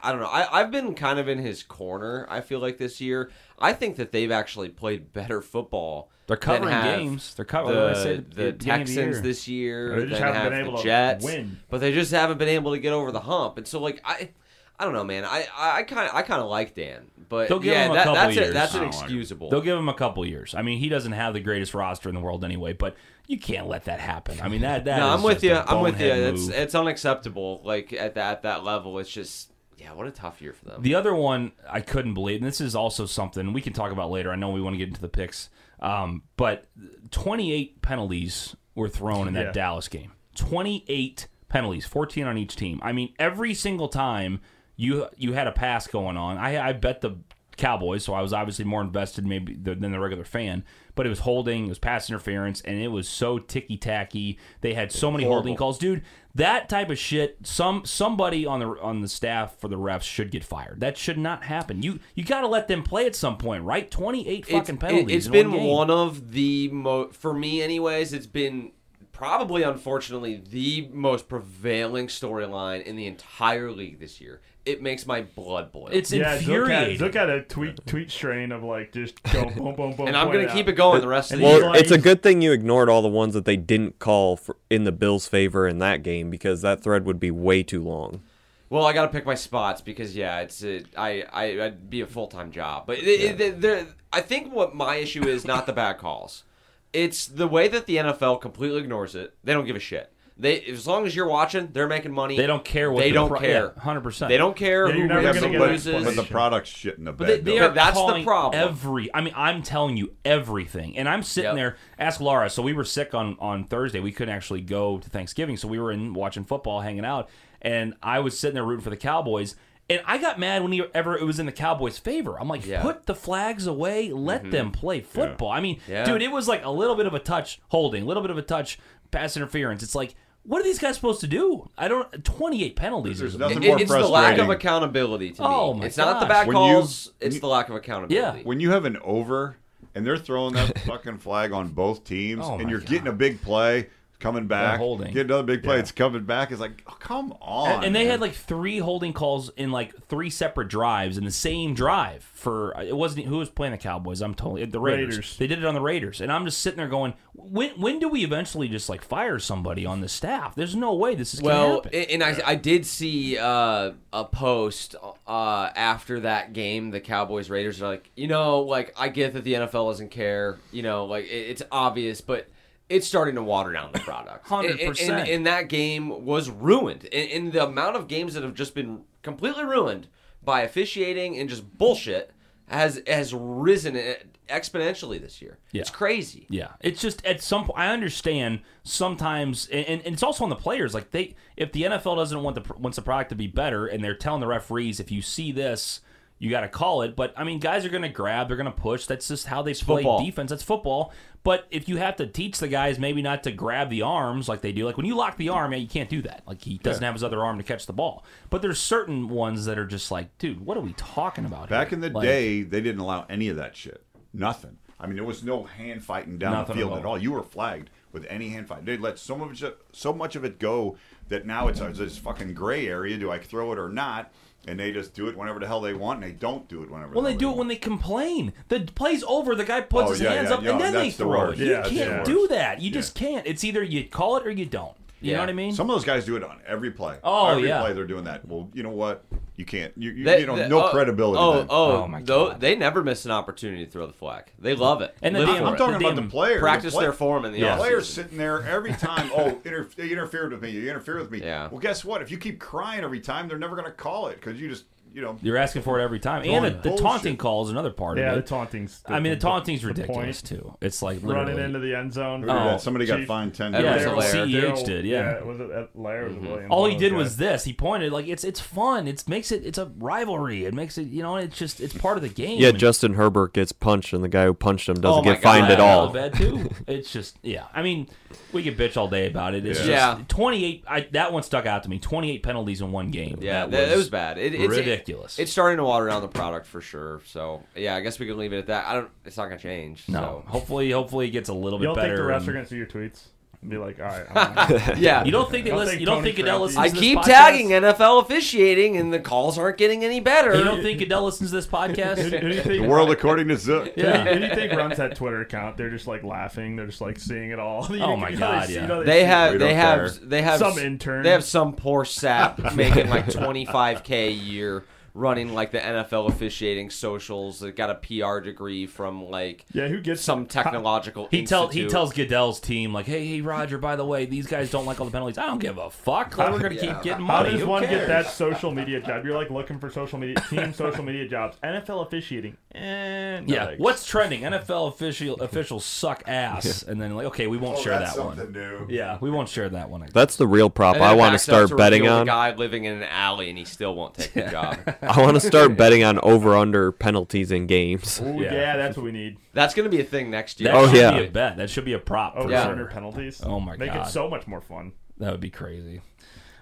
S5: I don't know. I, I've been kind of in his corner, I feel like this year. I think that they've actually played better football.
S1: They're
S5: than
S1: covering
S5: have
S1: games. They're cover-
S5: The,
S1: I said at
S5: the
S1: the beginning of the
S5: Texans
S1: year.
S5: this year.
S2: They just
S5: then
S2: haven't
S5: have
S2: been able
S5: the
S2: to
S5: Jets,
S2: win.
S5: But they just haven't been able to get over the hump. And so, like, I. I don't know, man. I I kind of I kind of like Dan, but
S1: They'll give
S5: yeah,
S1: him a
S5: that,
S1: couple
S5: that's
S1: years.
S5: A, that's
S3: I
S5: an
S3: don't like him.
S5: excusable.
S1: They'll give him a couple years. I mean, he doesn't have the greatest roster in the world anyway, but you can't let that happen. I mean, that that
S5: no,
S1: is
S5: I'm with
S1: just a
S5: you. I'm with you.
S1: bonehead
S5: It's
S1: move.
S5: it's unacceptable. Like at that at that level, it's just yeah. What a tough year for them.
S1: The other one I couldn't believe, and this is also something we can talk about later. I know we want to get into the picks, um, but 28 penalties were thrown in that
S2: Yeah.
S1: Dallas game. 28 penalties, 14 on each team. I mean, every single time you you had a pass going on, I, I bet the Cowboys, so I was obviously more invested maybe th- than the regular fan. But it was holding, it was pass interference, and it was so ticky tacky. They had so many holding calls, dude. That type of shit. Some somebody on the on the staff for the refs should get fired. That should not happen. You you got to let them play at some point, right? Twenty eight fucking
S5: it's,
S1: penalties.
S5: It, has
S1: in
S5: been
S1: one,
S5: one,
S1: game.
S5: of the mo for me, anyways. It's been probably, unfortunately, the most prevailing storyline in the entire league this year. It makes my blood boil.
S1: It's
S2: yeah, look
S1: infuriating.
S2: at, look at a tweet tweet strain of like just
S1: [LAUGHS]
S2: going boom boom boom.
S5: and I'm
S2: point
S5: gonna keep
S2: out.
S5: it going the rest of the
S2: Well,
S5: year.
S4: Well, it's a good thing you ignored all the ones that they didn't call for, in the Bills' favor in that game because that thread would be way too long.
S5: Well, I got to pick my spots because yeah, it's a, I I I'd be a full time job, but it, it, there- I think what my issue is not the bad calls, it's the way that the NFL completely ignores it. They don't give a shit. They as long as you're watching, they're making money.
S1: They don't care what
S5: they
S1: the
S5: don't
S1: pro-
S5: care.
S1: yeah, 100%.
S5: They don't care
S2: Yeah,
S5: who
S2: you're never
S5: wins
S2: gonna get
S5: and
S2: an
S3: but,
S5: loses.
S3: but the
S2: explanation.
S3: product's shit in the bed.
S1: They, they
S3: though.
S1: are
S5: But that's the
S1: calling
S5: problem.
S1: Every, I mean, I'm telling you everything, and I'm sitting
S5: Yep.
S1: there. Ask Laura. So we were sick on on Thursday. We couldn't actually go to Thanksgiving, so we were in watching football, hanging out, and I was sitting there rooting for the Cowboys. And I got mad whenever it was in the Cowboys' favor. I'm like,
S5: Yeah. Mm-hmm.
S1: put the flags away, let them play football. I mean,
S5: Yeah.
S1: dude, it was like a little bit of a touch holding, a little bit of a touch pass interference. It's like, what are these guys supposed to do? I don't. 28 penalties.
S3: There's
S1: is-
S3: nothing
S5: It-
S3: more
S5: it's the lack of
S3: frustrating.
S5: accountability to me.
S1: Oh, my
S5: it's not the
S1: gosh.
S5: bad
S3: When you-
S5: calls. it's
S3: you-
S5: the lack of accountability.
S1: Yeah.
S3: when you have an over and they're
S1: [LAUGHS]
S3: throwing that fucking flag on both teams
S1: Oh my
S3: and you're getting a big play coming back
S1: holding.
S3: get another big play it's coming back it's like oh, come on
S1: And, and they
S3: man.
S1: had like three holding calls in like three separate drives in the same drive for it wasn't who was playing the Cowboys. I'm totally the Raiders.
S2: Raiders.
S1: They did it on the Raiders, and I'm just sitting there going, when when do we eventually just like fire somebody on the staff? There's no way this is gonna
S5: Well,
S1: happen.
S5: a- and I, I did see uh, a post uh, after that game, the Cowboys Raiders are like, you know, like I get that the NFL doesn't care, you know, like it, it's obvious, but it's starting to water down
S1: [LAUGHS]
S5: the product.
S1: 100%.
S5: And, and- and that game was ruined. And, and the amount of games that have just been completely ruined by officiating and just bullshit has has risen e, exponentially this year.
S1: Yeah.
S5: It's crazy.
S1: Yeah, it's just at some point I understand sometimes, and, and it's also on the players. Like they, if the NFL doesn't want the pr- wants the product to be better, and they're telling the referees, if you see this, you got to call it. But I mean, guys are going to grab, they're going to push. That's just how they play
S5: football.
S1: defense. That's football. But if you have to teach the guys maybe not to grab the arms like they do, like when you lock the arm, yeah, you can't do that. Like he doesn't have his other arm to catch the ball. But there's certain ones that are just like, dude, what are we talking about?
S3: back
S1: here?
S3: in the
S1: Like-
S3: day they didn't allow any of that shit nothing i mean there was no hand fighting down
S1: Nothing
S3: the field
S1: at
S3: at
S1: all.
S3: all. you were flagged with any hand fight they let so much so much of it go that now it's, it's this fucking gray area do i throw it or not and they just do it whenever the hell they want and they don't do it whenever
S1: Well,
S3: the
S1: they
S3: hell
S1: do it when they complain. The play's over, the guy puts
S3: Oh,
S1: his
S3: yeah,
S1: hands
S3: yeah,
S1: up,
S3: yeah,
S1: and then they
S3: that's the
S1: throw it.
S3: worst.
S1: You
S2: Yeah,
S1: can't
S2: yeah.
S1: do that. You just
S3: Yeah.
S1: can't. It's either you call it or you don't. You
S5: Yeah.
S1: know what I mean?
S3: Some of those guys do it on every play.
S1: Oh,
S3: every
S1: yeah.
S3: play they're doing that. Well, you know what? You can't. You, you,
S5: They-
S3: you know,
S5: they-
S3: no
S5: oh,
S3: credibility.
S5: Oh,
S3: then.
S5: oh,
S1: Oh, my
S5: tho-
S1: God.
S5: they never miss an opportunity to throw the flag. They love it.
S1: And oh, the
S5: Live
S1: damn-
S5: for
S1: I'm
S5: it.
S3: talking about
S1: damn
S3: the player. The
S5: practice
S3: play-
S5: their form in the
S3: The
S5: offseason.
S3: player's sitting there every time. Oh, [LAUGHS] inter- you interfered with me. You interfered with me.
S5: Yeah.
S3: Well, guess what? If you keep crying every time, they're never going to call it because you just, you know,
S1: You're asking for it every time. And the, the
S3: Bullshit.
S1: taunting call is another part
S2: Yeah,
S1: of
S2: the
S1: it.
S2: taunting's.
S1: I mean, the taunting's
S2: point.
S1: ridiculous, too. It's like
S2: running
S1: literally.
S2: into the end zone.
S3: Who did that?
S1: Oh,
S3: somebody got
S2: Chief-
S3: fined Mm-hmm. ten.
S1: Yeah,
S3: dollars.
S1: so
S5: Blair.
S1: CEH
S2: Daryl-
S1: E did, yeah.
S2: was it at Lair? or Was it Williams?
S1: All
S2: One
S1: he
S2: of
S1: did
S2: those
S1: was
S2: guys.
S1: this. He pointed like it's it's fun. It's makes it it's a rivalry. It makes it you know it's just it's part of the game.
S4: Yeah,
S1: And-
S4: Justin Herbert gets punched, and the guy who punched him doesn't
S5: Mm-hmm. Oh my
S4: get fined
S5: God,
S4: at
S5: I
S1: Yeah,
S4: all.
S1: I felt Bad too. It's just yeah. I mean, we could bitch all day about it. It's
S5: Yeah.
S1: just 28. I, that one stuck out to me. 28 penalties in one game.
S5: Yeah,
S1: that
S5: that it was bad. It, it's,
S1: ridiculous.
S5: it's starting to water down the product for sure. So yeah, I guess we can leave it at that. I don't. It's not gonna change.
S1: No, hopefully, hopefully it gets a little bit
S2: You don't think
S1: better.
S2: the refs are
S1: and-
S2: gonna see your tweets and be like, all right, I'm
S3: [LAUGHS]
S2: out."
S1: [LAUGHS]
S5: So. Yeah.
S1: you don't think they
S2: Don't
S1: listen?
S2: think
S1: You don't
S2: Tony
S1: think Adele
S2: Trout-
S1: listens?
S5: I
S1: to this
S5: keep
S1: podcast?
S5: tagging NFL officiating, and the calls aren't getting any better.
S1: You don't think Adele listens to this
S2: [LAUGHS] Who do
S1: podcast?
S2: you think-
S3: The world according to Zook.
S2: Who do you- who do you think runs that Twitter account? They're just like laughing. They're just like seeing it all. [LAUGHS] You know,
S1: Oh my
S2: you know,
S1: God,
S2: see-
S1: yeah.
S2: you know,
S5: they
S2: see-
S5: have.
S3: We
S5: They
S3: don't
S5: have.
S3: care.
S5: They have
S2: Some intern.
S5: They have some
S4: [LAUGHS]
S5: poor sap making like twenty five k a year, running like the NFL officiating socials. That got a PR degree from like
S2: Yeah, who gets
S5: some technological.
S1: He tells he
S5: institute.
S1: tells Goodell's team like, hey, hey, Roger. By the way, these guys don't like all the penalties. I don't give a fuck. Like,
S5: [LAUGHS]
S1: we're gonna keep getting
S2: How
S1: money.
S2: does
S1: Who
S2: one
S1: cares?
S2: get that social media job? You're like looking for social media team social media jobs. [LAUGHS] NFL officiating. Eh, no
S1: Yeah,
S2: thanks.
S1: what's trending? NFL
S4: [LAUGHS]
S1: official officials suck ass, and then like, okay, we won't
S3: Oh,
S1: share
S3: that's
S1: that one.
S3: something new.
S1: Yeah, we won't share that one.
S4: That's the real prop
S5: And then
S4: I
S5: it
S4: want to
S5: backs up
S4: start
S5: to
S4: betting
S5: reveal the
S4: on. [LAUGHS]
S5: guy living in an alley and he still won't take the job.
S4: I want to
S5: [LAUGHS]
S4: start betting on over under penalties in games.
S2: Ooh,
S1: Yeah.
S2: yeah. that's what we need.
S5: That's going to be a thing next year.
S1: That
S4: Oh,
S1: should
S4: yeah.
S1: be a bet. That should be a prop.
S3: Oh,
S2: Over
S1: For
S5: Yeah.
S2: under
S1: sure.
S2: penalties.
S1: Oh, my
S2: Make
S1: God.
S2: it so much more fun.
S1: That would be crazy.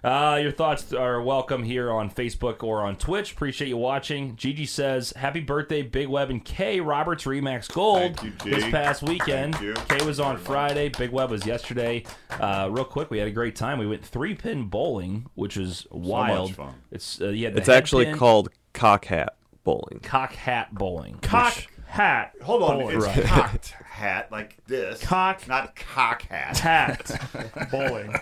S1: Uh, your thoughts are welcome here on Facebook or on Twitch. Appreciate you watching. Gigi says, "Happy birthday, Big Web and K Roberts Remax Gold
S3: Thank you, G.
S1: this past weekend.
S3: Thank you.
S1: K was on Friday. Big Web was yesterday. Uh, real quick, we had a great time. We went three pin bowling, which is wild.
S3: fun.
S1: It's uh, yeah,
S4: It's actually
S1: called
S4: called cock hat bowling.
S1: cock hat bowling.
S2: Cock
S1: which-
S2: hat.
S3: Hold on,
S2: Bowling.
S3: it's cocked hat like this.
S2: Cock-
S3: not cock hat.
S1: [LAUGHS]
S2: hat. Bowling.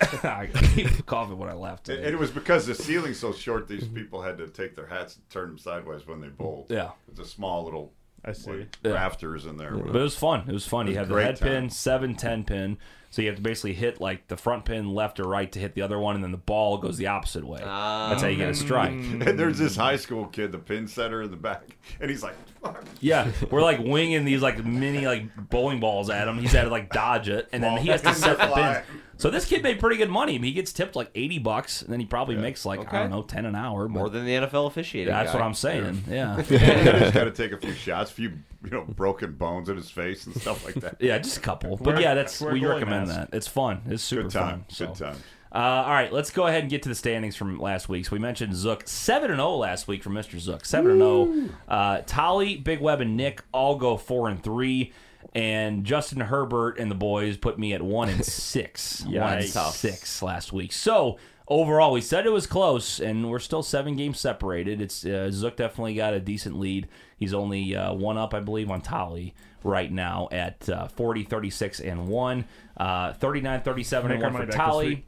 S1: [LAUGHS] I keep coughing when I laugh.
S3: And
S1: today.
S3: it was because the ceiling's so short; these people had to take their hats and turn them sideways when they bowled.
S1: Yeah.
S3: it's a small little
S2: I see.
S3: like, rafters in there.
S1: But it was fun. It was fun. you
S3: was
S1: have
S3: a
S1: the
S3: great
S1: head
S3: time.
S1: pin, seven, ten pin. So you have to basically hit like the front pin left or right to hit the other one, and then the ball goes the opposite way. That's how you get a strike.
S3: And there's this high school kid, the pin setter in the back, and he's like, "Fuck."
S1: [LAUGHS] Yeah, we're like winging these like mini like bowling balls at him. He's had to like dodge it, and then he has to set the
S3: fly.
S1: pins. So this kid made pretty good money. I mean, he gets tipped like eighty bucks, and then he probably makes like I don't know ten an hour. but
S5: More than the NFL officiating.
S1: that's
S5: guy.
S1: what I'm saying. Yeah, [LAUGHS]
S3: He's got to take a few shots, a few you know broken bones in his face and stuff like that.
S1: yeah, just a couple. But
S2: Wear-
S1: yeah, that's
S2: wear
S1: we
S2: goalie
S1: recommend
S2: mask.
S1: that. It's fun. It's super
S3: Good time,
S1: fun. So.
S3: good time.
S1: Uh, all right, let's go ahead and get to the standings from last week. So we mentioned Zook seven and zero last week for Mister Zook seven and zero. Uh, Tolly, Big Web, and Nick all go four and three, and Justin Herbert and the boys put me at one
S2: [LAUGHS]
S1: and six. one and
S2: Yikes.
S1: six last week. So overall, we said it was close, and we're still seven games separated. It's uh, Zook definitely got a decent lead. He's only uh, one up, I believe, on Tolly right now at uh, 40, 36, and one. Uh, 39, 37, and
S2: Make our
S1: one for
S2: money back this
S1: Tolly.
S2: week.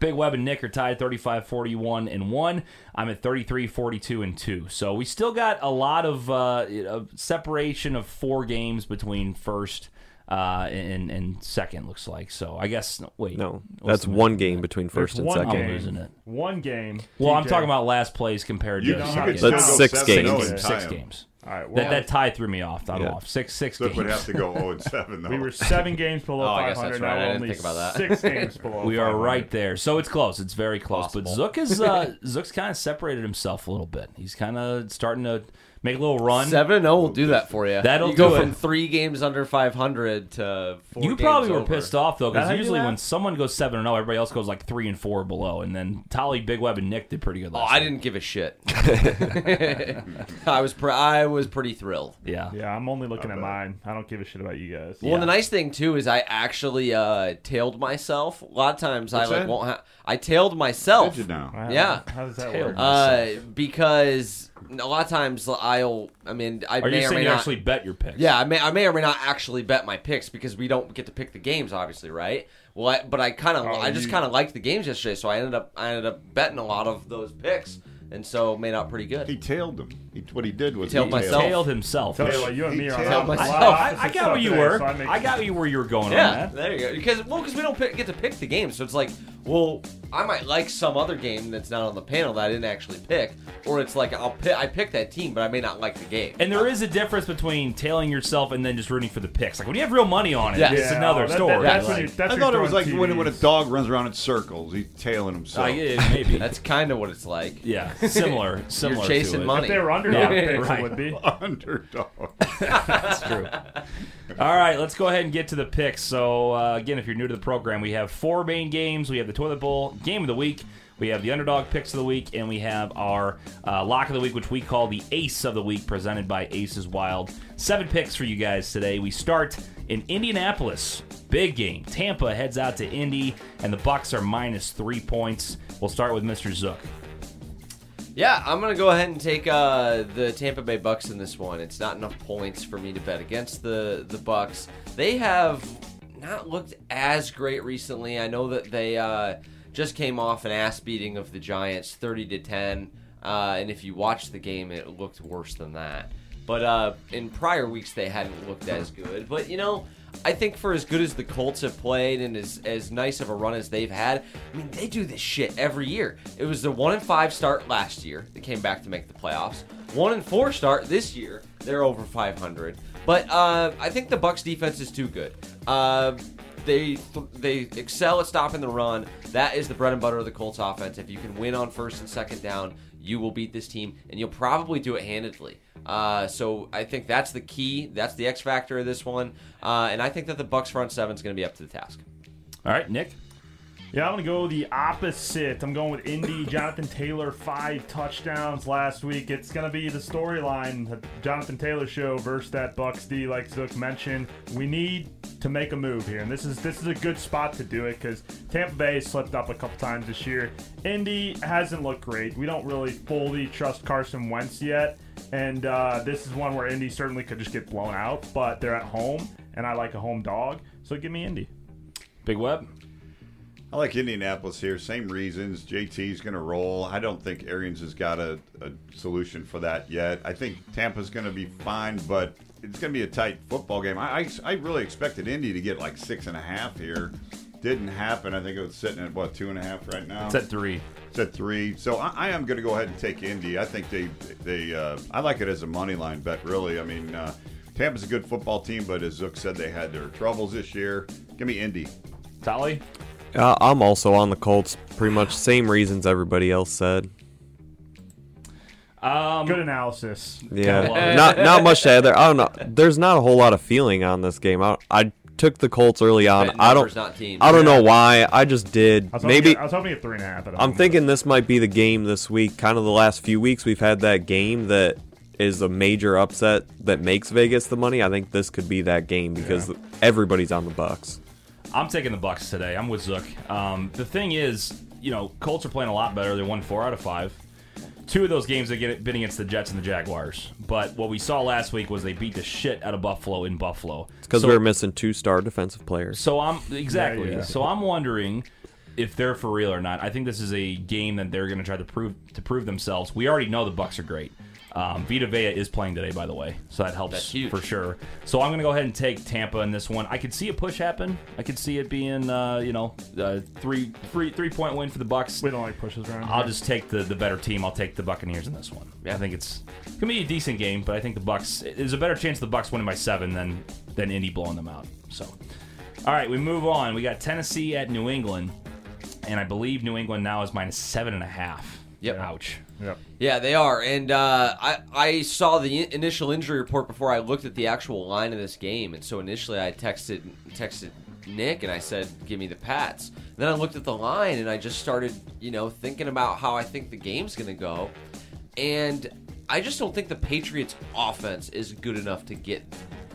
S1: Big Web and Nick are tied 35 41 and 1. I'm at 33 42 and 2. So we still got a lot of uh, you know, separation of four games between first uh, and, and second, looks like. So I guess, no, wait.
S4: No,
S1: What's
S4: that's
S1: the-
S4: one game between first and
S2: One
S4: second.
S2: game.
S1: losing it.
S2: One game.
S1: Well, I'm
S2: TJ.
S1: talking about last place compared
S3: You
S1: to
S3: don't
S1: second.
S3: have to
S1: games.
S3: go
S4: That's six
S3: 7-0
S1: six
S4: games.
S3: and
S1: games.
S3: tie
S1: Six
S3: 'em.
S1: games.
S2: All right. Well,
S1: That, that tie threw me off. I'm
S4: Yeah.
S1: off. Six, six
S3: Look, would have
S1: games.
S3: to go 0 and 7 though.
S2: we were seven games below
S5: Oh, I guess
S2: 500.
S5: that's right.
S2: Now
S5: I
S2: we're
S5: didn't
S2: only
S5: think about that.
S2: six games below.
S1: [LAUGHS] We are
S2: 500.
S1: right there, so it's close. It's very close. But
S5: Possible.
S1: Zook
S4: [LAUGHS]
S1: is uh, Zook's kind of separated himself a little bit. He's kind of starting to make a little run.
S5: Seven and zero will do that for you.
S1: That'll
S5: you go
S1: do it.
S5: from three games under five hundred to four.
S1: you
S5: games
S1: probably were
S5: over.
S1: pissed off though,
S2: That how
S1: because
S2: you do
S1: usually
S2: that?
S1: when someone goes seven and zero, everybody else goes like three and four below, and then Tolly, Big Web, and Nick did pretty good.
S5: Oh,
S1: Last
S5: I
S1: week.
S5: didn't give a shit. [LAUGHS] I was pre- I was pretty thrilled.
S1: Yeah,
S2: Yeah, I'm only looking at mine. I don't give a shit about you guys.
S5: Well, the nice thing too is I actually uh, tailed myself. A lot of times
S3: What's
S5: I like
S3: that?
S5: won't. Ha- I tailed myself.
S3: Did you know?
S2: Wow,
S5: Yeah.
S2: How does that
S1: Tail.
S2: work?
S5: Uh, because a lot of times I'll. I mean, I
S1: Are
S5: may
S1: you
S5: or
S1: saying
S5: may
S1: you
S5: not.
S1: actually bet your picks?
S5: Yeah, I may, I may or may not actually bet my picks because we don't get to pick the games, obviously, right? Well, I, but I kind of,
S2: Oh,
S5: I just
S2: you-
S5: kind of liked the games yesterday, so I ended up, I ended up betting a lot of those picks, and so made out pretty
S3: He
S5: good.
S3: tailed them. He, what he did was
S5: He tailed
S3: he
S5: myself.
S1: tailed himself.
S2: Tell
S1: I,
S2: you what, you and me are on
S3: Tail
S2: a lot
S5: myself.
S2: of
S1: I, I
S2: opposite
S1: got where
S2: stuff
S1: you
S2: today,
S1: were.
S2: so make-
S1: I got you where you were going on
S5: Yeah,
S1: that.
S5: there you go. Because well, because we don't pick, get to pick the game, so it's like, well, I might like some other game that's not on the panel that I didn't actually pick, or it's like I'll pick, I picked that team, but I may not like the game.
S1: And there is a difference between tailing yourself and then just rooting for the picks. Like when you have real money on it,
S5: Yeah.
S1: it's
S2: Yeah,
S1: another
S2: that- that-
S1: story.
S2: that's
S1: Like,
S2: when you- that's
S3: I
S2: when
S3: thought it
S2: you're
S3: was like
S2: throwing
S3: when, when a
S2: TVs.
S3: dog runs around in circles. He's tailing himself.
S1: I- Oh, yeah, maybe
S5: [LAUGHS] that's kind of what it's like.
S1: yeah, similar, similar. to
S5: chasing
S1: it.
S5: money.
S2: If they were underdog
S1: Yeah,
S2: picks,
S1: right.
S2: it would be.
S3: [LAUGHS] Underdog.
S1: That's true. All right, let's go ahead and get to the picks. So, uh, again, if you're new to the program, we have four main games. We have the Toilet Bowl Game of the Week. We have the Underdog Picks of the Week. And we have our uh, Lock of the Week, which we call the Ace of the Week, presented by Aces Wild. Seven picks for you guys today. We start in Indianapolis. Big game. Tampa heads out to Indy, and the Bucks are minus three points. We'll start with Mr. Zook.
S5: Yeah, I'm gonna go ahead and take uh, the Tampa Bay Bucks in this one. It's not enough points for me to bet against the the Bucks. They have not looked as great recently. I know that they uh, just came off an ass beating of the Giants, 30 to 10. Uh, and if you watched the game, it looked worse than that. But uh, in prior weeks, they hadn't looked as good. But you know, I think for as good as the Colts have played and as as nice of a run as they've had, I mean, they do this shit every year. It was the one and five start last year. They came back to make the playoffs. One and four start this year. They're over 500. But uh, I think the Bucks defense is too good. Uh, they they excel at stopping the run. That is the bread and butter of the Colts offense. If you can win on first and second down, you will beat this team, and you'll probably do it handedly. Uh, so I think that's the key. That's the X factor of this one, uh, and I think that the Bucks front seven is going to be up to the task.
S1: All right, Nick.
S2: Yeah, I'm gonna go the opposite. I'm going with Indy. Jonathan Taylor five touchdowns last week. It's gonna be the storyline, the Jonathan Taylor show versus that Bucks D. Like Zook mentioned, we need to make a move here, and this is this is a good spot to do it because Tampa Bay has slipped up a couple times this year. Indy hasn't looked great. We don't really fully trust Carson Wentz yet, and uh, this is one where Indy certainly could just get blown out. But they're at home, and I like a home dog, so give me Indy.
S1: Big Web.
S3: I like Indianapolis here. Same reasons. JT's going to roll. I don't think Arians has got a, a solution for that yet. I think Tampa's going to be fine, but it's going to be a tight football game. I, I, I really expected Indy to get like six and a half here. Didn't happen. I think it was sitting at what two and a half right now.
S1: It's at three.
S3: It's at three. So I, I am going to go ahead and take Indy. I think they they uh, I like it as a money line bet. Really, I mean. Uh, Tampa's a good football team, but as Zook said, they had their troubles this year. Give me Indy.
S1: Tolly.
S4: Uh, I'm also on the Colts. Pretty much same reasons everybody else said.
S1: Um,
S2: Good analysis.
S4: Yeah, not not much to add there. I don't know. There's not a whole lot of feeling on this game. I, I took the Colts early on.
S5: But
S4: I
S5: numbers,
S4: don't.
S5: not teams.
S4: I don't know why. I just did.
S2: I was hoping
S4: Maybe
S2: I was hoping at three and a half. At
S4: I'm
S2: home.
S4: thinking this might be the game this week. Kind of the last few weeks we've had that game that is a major upset that makes Vegas the money. I think this could be that game because everybody's on the Bucks.
S1: I'm taking the Bucks today. I'm with Zook. Um, the thing is, you know, Colts are playing a lot better. They won four out of five. Two of those games they get been against the Jets and the Jaguars. But what we saw last week was they beat the shit out of Buffalo in Buffalo.
S4: It's because
S1: So-
S4: we're missing two star defensive players.
S1: So I'm exactly.
S2: Yeah, yeah.
S1: So I'm wondering if they're for real or not. I think this is a game that they're going to try to prove to prove themselves. We already know the Bucks are great. Um, Vita Vea is playing today, by the way, so that helps
S5: That's huge.
S1: for sure. So I'm going to go ahead and take Tampa in this one. I could see a push happen. I could see it being, uh, you know, uh, three three three point win for the Bucks.
S2: we don't like pushes around.
S1: I'll
S2: here.
S1: just take the, the better team. I'll take the Buccaneers in this one. I think it's gonna be a decent game, but I think the Bucks. There's a better chance the Bucks winning by seven than than Indy blowing them out. So, all right, we move on. We got Tennessee at New England, and I believe New England now is minus seven and a half.
S5: Yep.
S1: Ouch.
S2: Yep.
S5: Yeah, they are, and uh, I I saw the in- initial injury report before I looked at the actual line of this game, and so initially I texted texted Nick and I said, "Give me the Pats." Then I looked at the line and I just started, you know, thinking about how I think the game's going to go, and I just don't think the Patriots' offense is good enough to get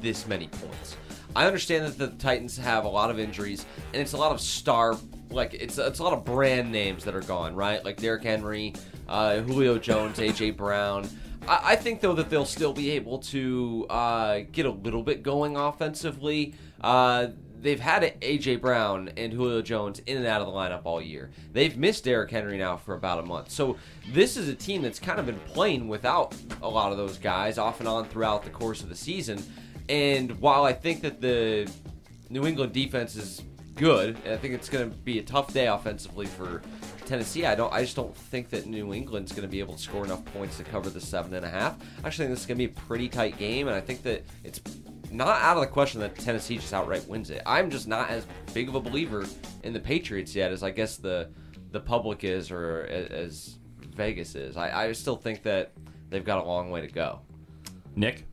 S5: this many points. I understand that the Titans have a lot of injuries, and it's a lot of star, like it's it's a lot of brand names that are gone, right? Like Derrick Henry, uh, Julio Jones, AJ Brown. I, I think though that they'll still be able to uh, get a little bit going offensively. Uh, they've had AJ Brown and Julio Jones in and out of the lineup all year. They've missed Derrick Henry now for about a month. So this is a team that's kind of been playing without a lot of those guys off and on throughout the course of the season. And while I think that the New England defense is good, and I think it's going to be a tough day offensively for Tennessee. I don't. I just don't think that New England's going to be able to score enough points to cover the seven and a half. I actually think this is going to be a pretty tight game, and I think that it's not out of the question that Tennessee just outright wins it. I'm just not as big of a believer in the Patriots yet as I guess the the public is or a- as Vegas is. I, I still think that they've got a long way to go.
S1: Nick.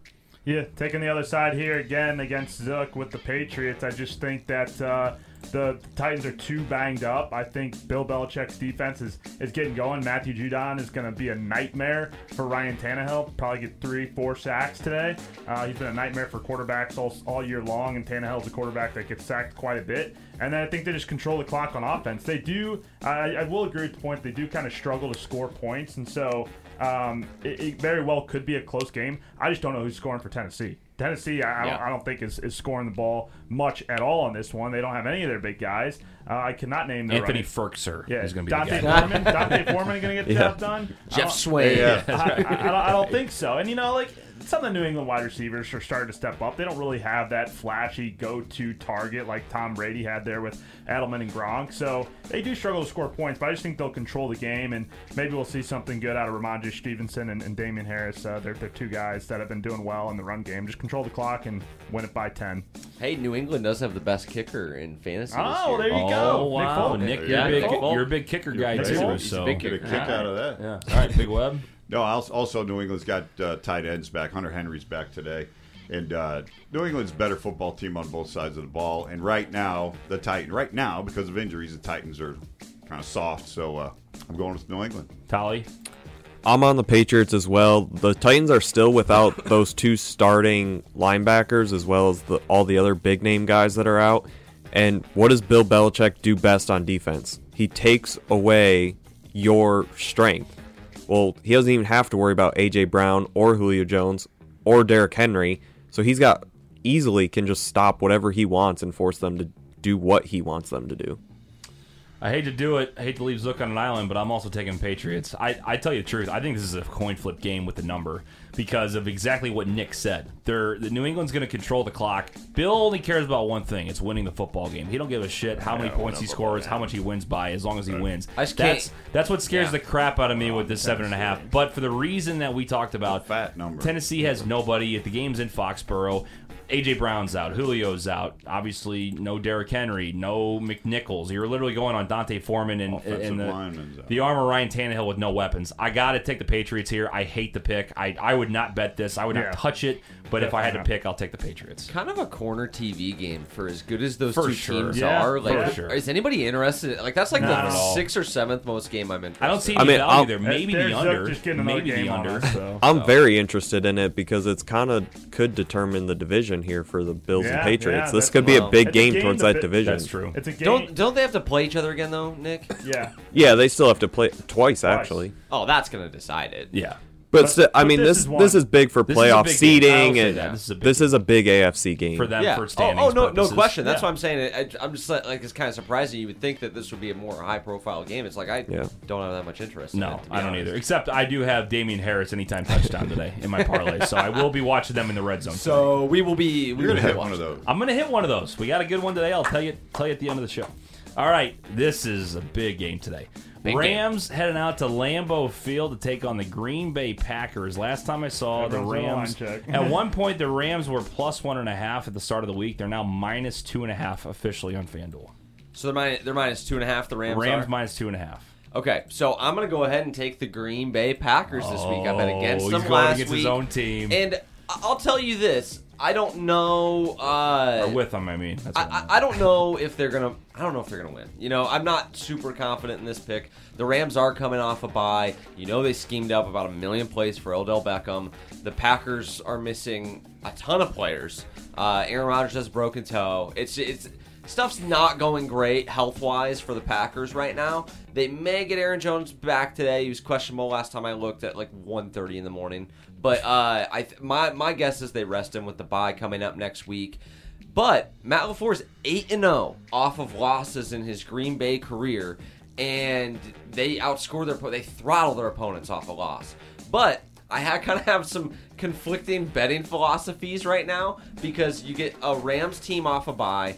S2: Yeah, taking the other side here again against Zook with the Patriots. I just think that uh, the Titans are too banged up. I think Bill Belichick's defense is, is getting going. Matthew Judon is going to be a nightmare for Ryan Tannehill. Probably get three, four sacks today. Uh, he's been a nightmare for quarterbacks all, all year long, and Tannehill's a quarterback that gets sacked quite a bit. And then I think they just control the clock on offense. They do, I, I will agree with the point, they do kind of struggle to score points. And so um, it, it very well could be a close game. I just don't know who's scoring for Tennessee. Tennessee, I, I don't,
S5: Yeah.
S2: I don't think is, is scoring the ball much at all on this one. They don't have any of their big guys. Uh, I cannot name their
S1: Anthony
S2: running-
S1: Ferkser
S2: Yeah,
S1: is going to be
S2: Dante
S1: the guy.
S2: Foreman. Dante Foreman going to get the
S4: Yeah.
S2: job done. I
S5: Jeff
S2: don't-
S5: Swain.
S2: I, I, I don't, I don't think so. And you know, like some of the New England wide receivers are starting to step up. They don't really have that flashy go-to target like Tom Brady had there with Edelman and Gronk. So they do struggle to score points, but I just think they'll control the game, and maybe we'll see something good out of Ramondre Stevenson and, and Damian Harris. Uh, they're, they're two guys that have been doing well in the run game, just control the clock and win it by ten.
S5: Hey, New England does have the best kicker in fantasy. this
S2: Oh,
S5: year.
S2: there you go.
S1: Oh wow, Nick,
S2: Nick
S1: you're,
S3: Yeah,
S1: a
S3: Nick
S1: big,
S5: Folk.
S1: you're a big kicker guy
S2: Nick
S1: too.
S2: Folk.
S1: So
S5: He's a big
S3: Get a
S5: kicker.
S3: kick out of that.
S1: yeah. All right, Big Web.
S3: No, als- also New England's got uh, tight ends back. Hunter Henry's back today. And uh, New England's better football team on both sides of the ball. And right now, the Titan right now because of injuries, the Titans are kind of soft. So uh, I'm going with New England.
S1: Tolly.
S4: I'm on the Patriots as well. The Titans are still without those two starting linebackers as well as the, all the other big name guys that are out. And what does Bill Belichick do best on defense? He takes away your strength. Well, he doesn't even have to worry about AJ Brown or Julio Jones or Derrick Henry. So he's got easily can just stop whatever he wants and force them to do what he wants them to do.
S1: I hate to do it. I hate to leave Zook on an island, but I'm also taking Patriots. I, I tell you the truth. I think this is a coin flip game with the number because of exactly what Nick said. They're, the New England's going to control the clock. Bill only cares about one thing: it's winning the football game. He don't give a shit how many points he scores, how much he wins by, as long as he wins.
S5: I just
S1: that's
S5: can't-
S1: that's what scares the crap out of me with this seven and a half. But for the reason that we talked about,
S3: Fat number.
S1: Tennessee has nobody. The game's in Foxborough. AJ Brown's out. Julio's out. Obviously, no Derrick Henry, no McNichols. You're literally going on Dante Foreman and, and
S3: Offensive lineman's
S1: the,
S3: out.
S1: the arm of Ryan Tannehill with no weapons. I got to take the Patriots here. I hate the pick. I, I would not bet this. I would
S2: Yeah.
S1: not touch it. But if I had to
S2: Definitely
S1: pick, I'll take the Patriots.
S5: Kind of a corner TV game for as good as those
S1: For
S5: two
S1: sure.
S5: teams
S2: Yeah,
S5: are. Like,
S1: for sure.
S5: is anybody interested? Like, that's like
S1: Not
S5: the
S1: at all.
S5: sixth or seventh most game I'm interested.
S1: I don't see
S4: I
S1: any
S4: mean,
S1: value
S4: I'll-
S1: there. Maybe
S2: There's
S1: the
S2: Zuck
S1: under.
S2: just getting another
S1: Maybe
S2: game
S1: the
S2: on
S1: under.
S2: us, so.
S4: I'm very interested in it because it's kind of could determine the division here for the Bills
S2: Yeah,
S4: and
S2: yeah,
S4: Patriots.
S2: that's-
S4: this could be
S5: wow.
S4: a big
S2: It's a
S4: game,
S2: game
S4: towards
S2: to
S4: that
S2: fit-
S4: division.
S1: That's true.
S2: It's a game.
S5: Don't don't they have to play each other again though, Nick?
S2: yeah.
S4: Yeah, they still have to play twice actually.
S5: Oh, that's gonna decide it.
S1: [LAUGHS] Yeah.
S4: But, sti- I
S2: but
S4: mean,
S2: this
S4: this
S2: is
S4: this
S2: one.
S4: is, big for
S1: This is a
S4: playoff
S1: big game. I will
S4: seeding,
S1: say
S4: and
S1: that. This
S4: this
S1: is a
S4: is,
S1: big
S4: a big AFC game.
S1: For them,
S5: Yeah.
S1: for
S5: oh,
S1: standings.
S5: oh, no, no
S1: purposes.
S5: question. That's
S1: Yeah.
S5: why I'm saying it. I, I'm just like, like, it's kind of surprising. You would think that this would be a more high-profile game. It's like I
S4: Yeah.
S5: don't have that much interest. in
S1: No,
S5: it, to be
S1: I don't
S5: honest.
S1: either. Except I do have Damian Harris anytime touchdown today in my parlay, so I will be watching them in the red zone.
S5: So we will be. We
S3: You're gonna
S5: will be
S3: hit one of
S5: watching.
S3: those.
S1: I'm gonna hit one of those. We got a good one today. I'll tell you tell you at the end of the show. All right, this is a big game today.
S5: Big
S1: Rams heading out to Lambeau Field to take on the Green Bay Packers. Last time I saw the
S2: Everyone's on the
S1: Rams,
S2: line check.
S1: at one point the Rams were plus one and a half at the start of the week. They're now minus two and a half officially on FanDuel.
S5: So they're minus, they're minus two and a half. The Rams.
S1: Rams
S5: are.
S1: minus two and a half.
S5: okay, so I'm gonna go ahead and take the Green Bay Packers this week. I bet against
S1: Oh, he's
S5: them
S1: going
S5: last
S1: against
S5: week.
S1: his own team.
S5: And I- I'll tell you this: I don't know. Uh,
S1: or with them, I mean. That's what I
S5: I,
S1: meant.
S5: I I don't know if they're gonna. I don't know if they're gonna win. You know, I'm not super confident in this pick. The Rams are coming off a bye. You know, they schemed up about a million plays for Odell Beckham. The Packers are missing a ton of players. Uh, Aaron Rodgers has a broken toe. It's it's stuff's not going great health wise for the Packers right now. They may get Aaron Jones back today. He was questionable last time I looked at like 1:30 in the morning. But uh, I th- my my guess is they rest him with the bye coming up next week. But Matt LaFleur is 8 and 0 off of losses in his Green Bay career, and they outscore their they throttle their opponents off a loss. But I ha- kind of have some conflicting betting philosophies right now because you get a Rams team off a bye,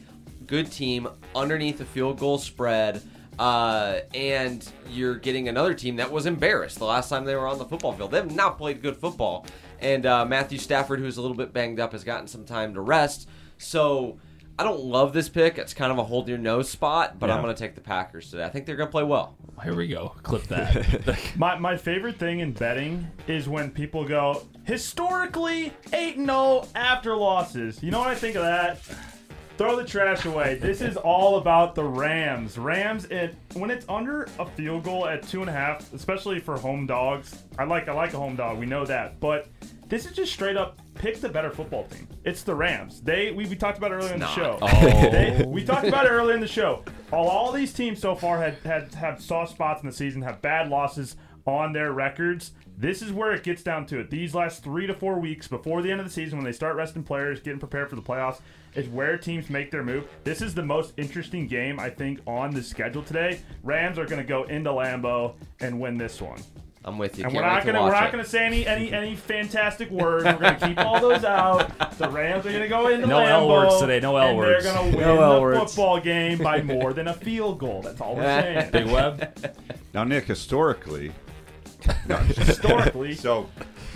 S5: good team underneath the field goal spread. Uh, and you're getting another team that was embarrassed the last time they were on the football field. They have not played good football. And uh, Matthew Stafford, who's a little bit banged up, has gotten some time to rest. So I don't love this pick. It's kind of a hold your nose spot, but I'm
S1: Yeah.
S5: going to take the Packers today. I think they're going to play well.
S1: Here we go. Clip that.
S2: My, my favorite thing in betting is when people go historically 8 0 after losses. You know what I think of that? Throw the trash away. This is all about the Rams. Rams, it when it's under a field goal at two and a half, especially for home dogs. I like I like a home dog. We know that, but this is just straight up pick the better football team. It's the Rams. They we, we talked about it earlier in the
S5: not.
S2: show.
S1: Oh.
S2: They- we talked about it earlier in the show. All, all these teams so far had, had have soft spots in the season, have bad losses on their records. This is where it gets down to it. These last three to four weeks before the end of the season, when they start resting players, getting prepared for the playoffs, is where teams make their move. This is the most interesting game I think on the schedule today. Rams are going to go into Lambeau and win this one.
S5: I'm with you.
S2: And
S5: Can't
S2: we're
S5: wait
S2: not
S5: to
S2: gonna
S5: watch
S2: we're not
S5: it.
S2: gonna say any any any fantastic words. We're gonna keep all those out. The Rams are gonna go into
S1: No L
S2: Lambeau,
S1: words today, no L
S2: and
S1: words.
S2: They're gonna win
S5: No L
S2: the
S5: words.
S2: football game by more than a field goal. That's all we're saying.
S1: Big Web.
S3: Now, Nick, historically,
S2: Historically,
S3: [LAUGHS] so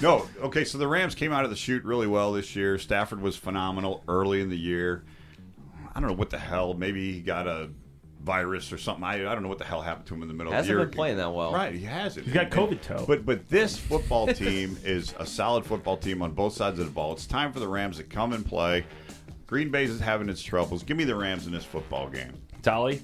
S3: No, okay. So the Rams came out of the shoot really well this year. Stafford was phenomenal early in the year. I don't know what the hell. Maybe he got a virus or something. I, I don't know what the hell happened to him in the middle of the
S5: Hasn't
S3: year.
S5: been playing that well.
S3: Right, he hasn't.
S2: He's got COVID toe.
S3: But but this football team is a solid football team on both sides of the ball. It's time for the Rams to come and play. Green Bay's is having its troubles. Give me the Rams in this football game.
S1: Tolly,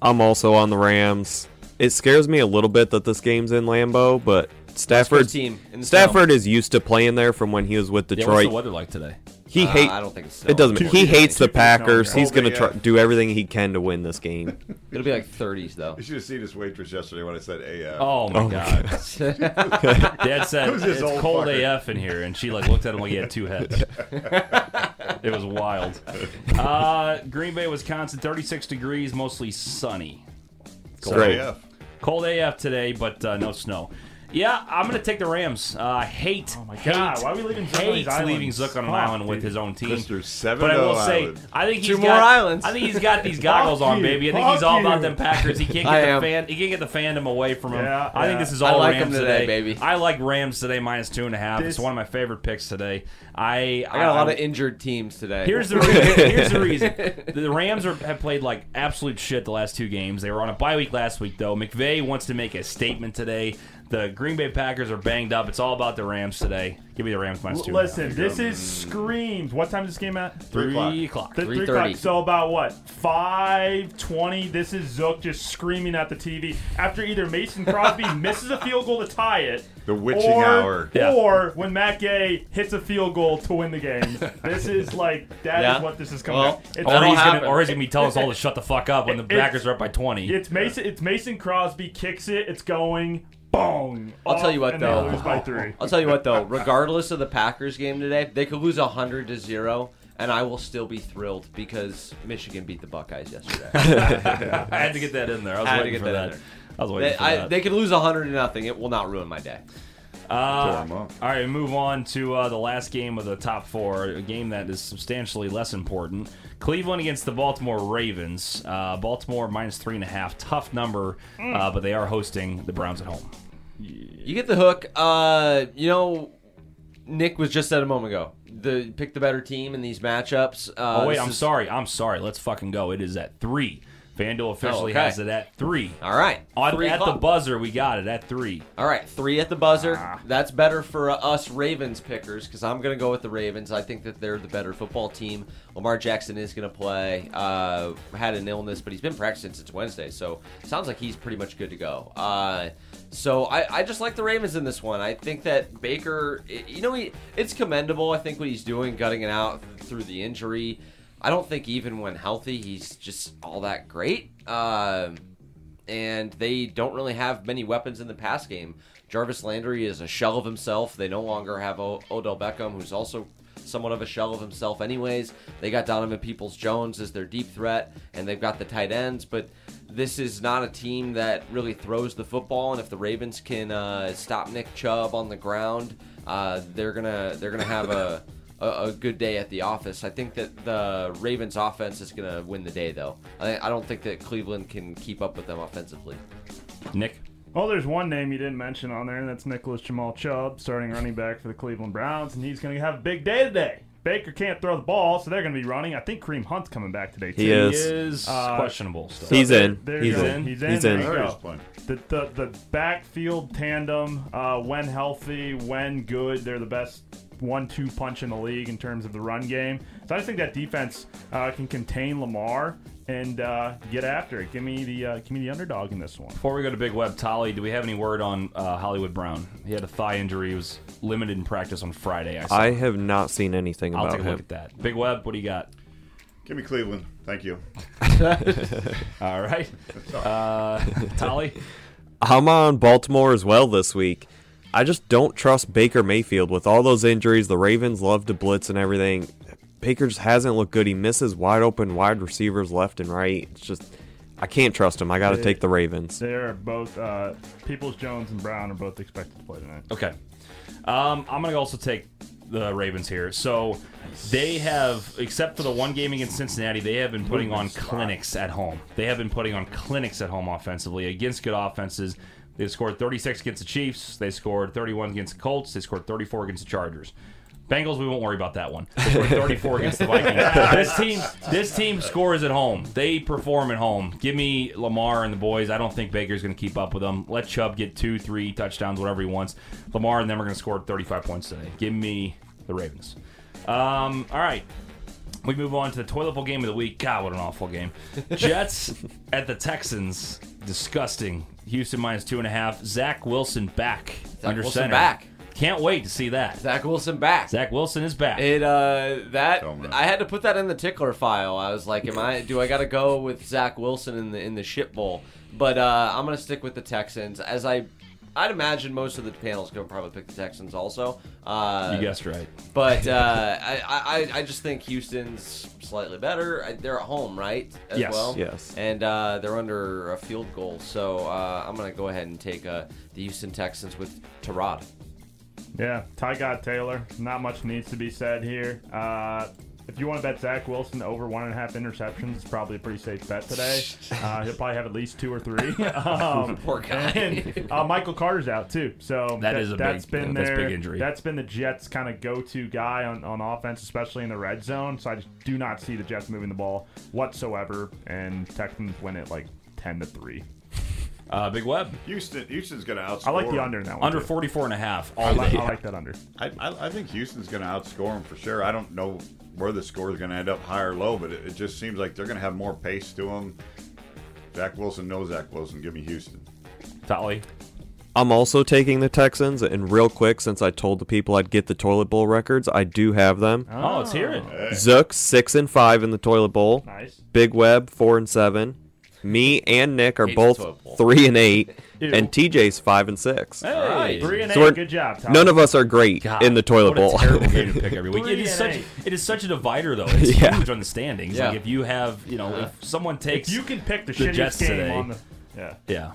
S4: I'm also on the Rams. It scares me a little bit that this game's in Lambeau, but Stafford
S5: team in the
S4: Stafford is used to playing there from when he was with
S1: yeah, what's
S4: Detroit.
S1: the weather like today?
S4: he
S5: Uh,
S4: hates.
S5: I don't think it's
S4: it doesn't.
S5: snowing.
S4: He hates the
S2: Two feet snowing.
S4: Packers. He's gonna
S3: Oh,
S4: try,
S3: yeah.
S4: do everything he can to win
S1: [LAUGHS]
S4: this game.
S5: It'll be like 30s though.
S3: You should have seen this waitress yesterday when I said AF.
S1: Oh my god. Dad said
S3: Who's this
S1: it's
S3: old
S1: cold
S3: fucker?"
S1: AF in here, and she like looked at him like he had two heads. it was wild. Uh, Green Bay, Wisconsin, 36 degrees, mostly sunny.
S3: So
S4: Great.
S3: AF.
S1: Cold AF today, but uh, no snow. Yeah, I'm gonna take the Rams. Uh, I hate. Oh my
S2: God, why are we leaving Zook on
S1: Hates
S2: these islands?
S1: leaving Zook on an
S2: Fuck,
S1: island with
S2: dude.
S1: his own team.
S3: Mr. Seven
S1: But I will
S3: O
S1: say,
S3: Island.
S1: I think he's
S5: Two
S1: got,
S5: more islands.
S1: I think he's got these goggles
S2: Fuck
S1: on,
S2: you,
S1: baby. I think
S2: fuck
S1: he's all about
S2: you.
S1: them Packers. He can't
S5: [LAUGHS] I
S1: get the
S5: am.
S1: fan. He can't get the fandom away from him.
S2: Yeah,
S1: I think
S2: yeah.
S1: this is
S5: I
S1: all
S5: like
S1: Rams
S5: him today, baby.
S1: I like Rams today minus two and a half. it's
S2: This-
S1: one of my favorite picks today. I
S5: I got a lot of injured teams today.
S1: Here's the reason. here's the reason.
S5: [LAUGHS]
S1: The Rams are, have played like absolute shit the last two games. They were on a bye week last week though. McVay wants to make a statement today. The Green Bay Packers are banged up. It's all about the Rams today. Give me the Rams minus two. and a half.
S2: Listen, this is screams. What time is this game at?
S3: Three o'clock.
S1: three o'clock.
S2: Th-
S5: 3:30.
S2: So about what? Five twenty. This is Zook just screaming at the TV after either Mason
S3: [LAUGHS]
S2: Crosby misses a field goal to tie it,
S3: The witching
S2: or,
S3: hour.
S1: Yeah.
S2: or when Matt Gay hits a field goal to win the
S3: [LAUGHS]
S2: game. this is like that is
S5: Yeah.
S2: what this is coming.
S5: Well,
S2: up. It's,
S1: Or
S5: That'll
S1: he's, gonna,
S5: happen.
S1: or he's gonna be telling us all to shut the fuck up
S5: [LAUGHS]
S1: when the
S2: It's-
S1: Packers are up by twenty.
S2: it's Mason. It's Mason Crosby kicks it. It's going. Bong.
S5: I'll tell you what,
S2: and
S5: though.
S2: They lose by three.
S5: I'll tell you what though, regardless of the Packers game today, they could lose 100 to 0 and I will still be thrilled because Michigan beat the
S1: [LAUGHS]
S5: Buckeyes yesterday.
S1: I had to get that in there. I was
S5: Had to
S1: waiting
S5: get
S1: for
S5: that
S1: that.
S5: in there.
S1: I was waiting
S5: they,
S1: for
S5: I,
S1: that.
S5: they could lose 100 to nothing. It will not ruin my day.
S1: Uh,
S3: Tore 'em up.
S1: all right, move on to uh, the last game of the top four, a game that is substantially less important. Cleveland against the Baltimore Ravens. Uh, Baltimore minus three and a half. Tough number, uh,
S5: Mm.
S1: but they are hosting the Browns at home.
S5: You get the hook. Uh, you know, Nick was just said a moment ago. The pick the better team in these matchups. Uh,
S1: Oh, wait,
S5: this
S1: I'm
S5: is-
S1: sorry. I'm sorry. Let's fucking go. It is at three. FanDuel officially
S5: Oh, okay.
S1: has it at three.
S5: All right,
S1: On,
S5: three
S1: at the
S5: o'clock.
S1: buzzer, we got it at three.
S5: All right, three at the buzzer. That's better for uh, us Ravens pickers because I'm going to go with the Ravens. I think that they're the better football team. Lamar Jackson is going to play. Uh, had an illness, but he's been practicing since Wednesday, so sounds like he's pretty much good to go. Uh, so I, I just like the Ravens in this one. I think that Baker, i- you know, he, it's commendable. I think what he's doing, gutting it out through the injury. I don't think even when healthy, he's just all that great. Um and they don't really have many weapons in the pass game. Jarvis Landry is a shell of himself. They no longer have o- Odell Beckham, who's also somewhat of a shell of himself, anyways. They got Donovan Peoples Jones as their deep threat, and they've got the tight ends, but this is not a team that really throws the football. And if the Ravens can uh, stop Nick Chubb on the ground, uh, they're gonna they're gonna have a a, a good day at the office. I think that the Ravens' offense is going to win the day, though. I, I don't think that Cleveland can keep up with them offensively.
S1: Nick?
S2: Oh, there's one name you didn't mention on there, and that's Nicholas Jamal Chubb, starting running back for the Cleveland Browns, and he's going to have a big day today. Baker can't throw the ball, so they're going to be running. I think Kareem Hunt's coming back today, too.
S4: He is.
S1: He is
S2: Uh,
S1: questionable still.
S4: He's
S2: there-
S4: in.
S2: there
S4: He's
S2: you go.
S1: in.
S2: He's in.
S4: He's
S2: There
S4: in.
S2: you
S3: There he
S2: go.
S3: is playing.
S2: The, the, the backfield tandem, uh, when healthy, when good, they're the best one two punch in the league in terms of the run game. So I just think that defense uh, can contain Lamar and uh, get after it. Give me the uh, give me the underdog in this one.
S1: Before we go to Big Web, Tolly, do we have any word on uh, Hollywood Brown? He had a thigh injury. He was limited in practice on Friday. I saw.
S4: I have not seen anything
S1: I'll
S4: about
S1: take a
S4: him.
S1: look at that. Big Web, what do you got?
S3: Give me Cleveland. Thank you.
S1: All right. Uh, Tolly?
S4: I'm on Baltimore as well this week. I just don't trust Baker Mayfield with all those injuries. The Ravens love to blitz and everything. Baker just hasn't looked good. He misses wide open wide receivers left and right. It's just I can't trust him. I got to take the Ravens.
S2: They are both uh, Peoples Jones and Brown are both expected to play tonight.
S1: Okay. Um, I'm going to also take the Ravens here. So they have, except for the one game against Cincinnati, they have been putting on clinics at home. They have been putting on clinics at home offensively against good offenses. They scored 36 against the Chiefs. They scored 31 against the Colts. They scored 34 against the Chargers. Bengals, we won't worry about that one. They scored 34 against the Vikings. This team, this team scores at home. They perform at home. Give me Lamar and the boys. I don't think Baker's going to keep up with them. Let Chubb get two, three touchdowns, whatever he wants. Lamar and them are going to score 35 points today. Give me the Ravens. Um, all right. We move on to the toilet bowl game of the week. God, what an awful game.
S5: [LAUGHS]
S1: Jets at the Texans. Disgusting. Houston minus two and a half. Zach Wilson back under
S5: Wilson
S1: center.
S5: back.
S1: Can't wait to see that.
S5: Zach Wilson back.
S1: Zach Wilson is back.
S5: It uh that
S3: Don't know.
S5: I had to put that in the tickler file. I was like, am I do I got to go with Zach Wilson in the in the shit bowl? But uh, I'm gonna stick with the Texans as I. I'd imagine most of the panel's gonna probably pick the Texans also. Uh,
S1: you guessed right.
S5: But uh, I, I I just think Houston's slightly better. I, they're at home, right? As
S1: Yes.
S5: well?
S4: Yes.
S5: And uh, they're under a field goal, so uh, I'm gonna go ahead and take uh, the Houston Texans with Tarod.
S2: Yeah, Ty God Taylor. Not much needs to be said here. Uh, if you want to bet Zach Wilson over one and a half interceptions, it's probably a pretty safe bet
S1: [LAUGHS]
S2: today. Uh, he'll probably have at least two or three. Um,
S5: Poor guy.
S2: [LAUGHS] And, uh, Michael Carter's out too, so
S1: That is a
S2: that's
S1: big-
S2: been
S1: that's a
S2: their,
S1: big injury.
S2: That's been the Jets' kind of go-to guy on, on offense, especially in the red zone. So I just do not see the Jets moving the ball whatsoever, and Texans win it like ten to three.
S1: Uh, Big Web,
S3: Houston, Houston's going to outscore.
S2: I like the under in that one.
S1: under
S2: too.
S1: 44 and a half
S2: I
S1: all
S2: like,
S1: day.
S2: I like that under.
S3: I, I, I think Houston's going to outscore them for sure. I don't know where the score is going to end up, high or low, but it, it just seems like they're going to have more pace to them. Zach Wilson, no Zach Wilson. Give
S1: [LAUGHS]
S3: me Houston.
S1: Tolly.
S4: I'm also taking the Texans, and real quick, since I told the people I'd get the toilet bowl records, I do have them.
S1: Oh, let's hear it.
S4: Zook six and five in the toilet bowl.
S2: Nice.
S4: Big Web four and seven. Me and Nick are
S5: Hates the toilet bowl.
S4: both three and eight,
S2: [LAUGHS] Ew.
S4: and TJ's five and six.
S1: Hey,
S2: Three and
S4: So
S2: eight.
S4: we're-
S2: good job. Tom.
S4: None of us are great
S1: God,
S4: in the toilet
S1: what
S4: bowl.
S1: A terrible game to pick every week. it
S2: Three
S1: is such.
S2: and eight.
S1: It is such a divider, though. It's
S4: Yeah.
S1: huge on the standings.
S5: Yeah.
S1: Like if you have, you know, if someone takes,
S2: If you can pick the,
S1: The
S2: shittiest
S1: Jets
S2: game
S1: today.
S2: on the. Yeah.
S1: yeah.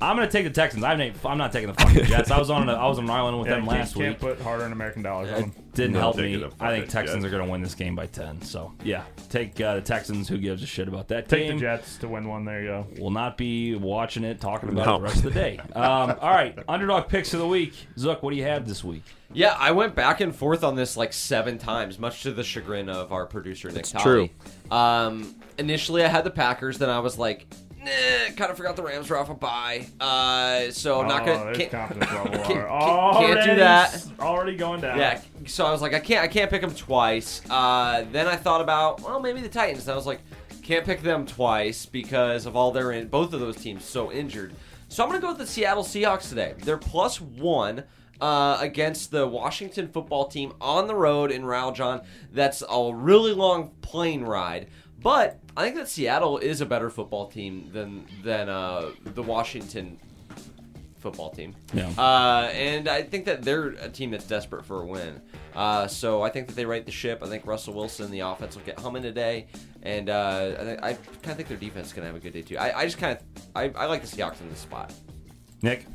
S1: I'm gonna take the Texans. I'm not, I'm not taking the fucking Jets. I was on a, I was on an island with
S2: yeah
S1: them
S2: you
S1: last
S2: can't
S1: week.
S2: put harder on American dollars on them.
S1: It didn't
S3: No,
S1: help
S3: take it
S1: me.
S3: up,
S1: I think
S3: fuck it,
S1: Texans
S3: Jets.
S1: are going to win this game by 10. So, yeah, take uh, the Texans. Who gives a shit about that
S2: Take
S1: game?
S2: the Jets to win one. There you go.
S1: Will not be watching it, talking about
S4: No.
S1: it the rest of the day. Um, all right, underdog picks of the week. Zook, what do you have this week?
S5: Yeah, I went back and forth on this like seven times, much to the chagrin of our producer Nick. It's
S4: true.
S5: Um, initially, I had the Packers, then I was like, nah, kind of forgot the Rams were off a bye, uh, so I'm not
S2: Oh,
S5: gonna.
S2: there's
S5: can't-
S2: confidence level.
S5: can't- can't-
S2: already,
S5: can't do that.
S2: s- Already going down.
S5: Yeah, so I was like, I can't, I can't pick them twice. Uh, then I thought about, well, maybe the Titans. And I was like, can't pick them twice because of all their in both of those teams so injured. So I'm gonna go with the Seattle Seahawks today. They're plus one. Uh, against the Washington football team on the road in Raul John. That's a really long plane ride. But I think that Seattle is a better football team than than uh, the Washington football team.
S1: Yeah.
S5: Uh, and I think that they're a team that's desperate for a win. Uh, so I think that they right the ship. I think Russell Wilson, the offense, will get humming today. And uh, I, thi- I kind of think their defense is going to have a good day, too. I, I just kind of I, I like the Seahawks in this spot.
S1: Nick,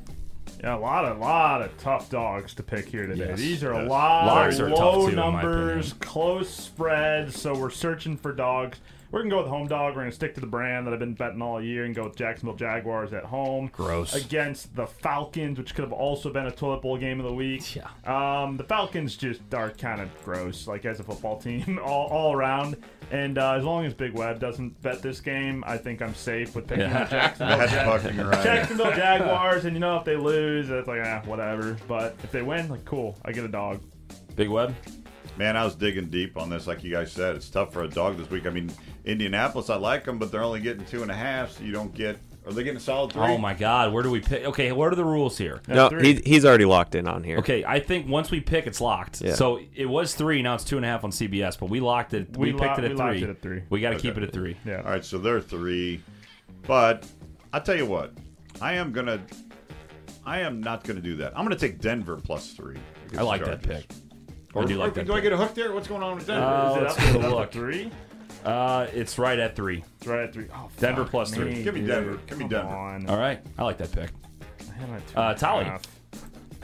S2: Yeah, a lot of lot of tough dogs to pick here today.
S1: Yes,
S2: These are a
S3: yes.
S2: lot
S1: Logs are
S2: of
S1: tough,
S2: low
S1: too, in my
S2: numbers, close spreads. So we're searching for dogs. We're gonna go with home dog. We're gonna stick to the brand that I've been betting all year and go with Jacksonville Jaguars at home.
S1: Gross.
S2: against the Falcons, which could have also been a toilet bowl game of the week.
S1: Yeah.
S2: Um, the Falcons just are kind of gross, like as a football team, [LAUGHS] all, all around. And uh, as long as Big Web doesn't bet this game, I think I'm safe with picking
S1: Oh, Yeah.
S2: the Jacksonville
S3: That's
S2: Jaguars.
S1: [LAUGHS]
S3: fucking right.
S2: Jacksonville Jaguars, and you know if they lose, it's like ah, whatever. But if they win, like cool, I get a dog.
S1: Big Web.
S3: Man, I was digging deep on this, like you guys said. It's tough for a dog this week. I mean, Indianapolis, I like them, but they're only getting two and a half, so you don't get. Are they getting a solid three?
S1: Oh my God, where do we pick? Okay, what are the rules here?
S4: [LAUGHS] no,
S2: That's
S4: he,
S2: three.
S4: he's already locked in on here.
S1: Okay, I think once we pick, it's locked.
S4: Yeah.
S1: So it was three, now it's two and a half on CBS, but we locked it. We,
S2: We
S1: picked
S2: lock-
S1: it at
S2: we
S1: three.
S2: locked it at three.
S1: We got to
S3: Okay.
S1: keep it at three.
S2: Yeah.
S3: All right, so they're three, but I'll tell you what, I am gonna, I am not gonna do that. I'm gonna take Denver plus three. against
S1: I like
S3: the
S1: that
S3: Chargers.
S1: pick. Or do you
S3: Or-
S1: like
S3: do
S1: that?
S3: I
S1: pick?
S3: get a hook there? What's going on with Denver?
S1: Uh,
S2: Is it
S1: let's
S2: up to-
S1: go
S2: is it up to
S1: look.
S2: three?
S1: Uh, it's right at three.
S2: It's right at three. Oh,
S1: Denver
S2: fuck
S1: plus three.
S2: me,
S3: Give me
S2: dude.
S3: Denver. Give me
S2: Come
S3: Denver.
S2: on.
S1: All right, I like that pick.
S2: I had my two
S1: Uh,
S2: and a
S1: Tolly.
S2: half.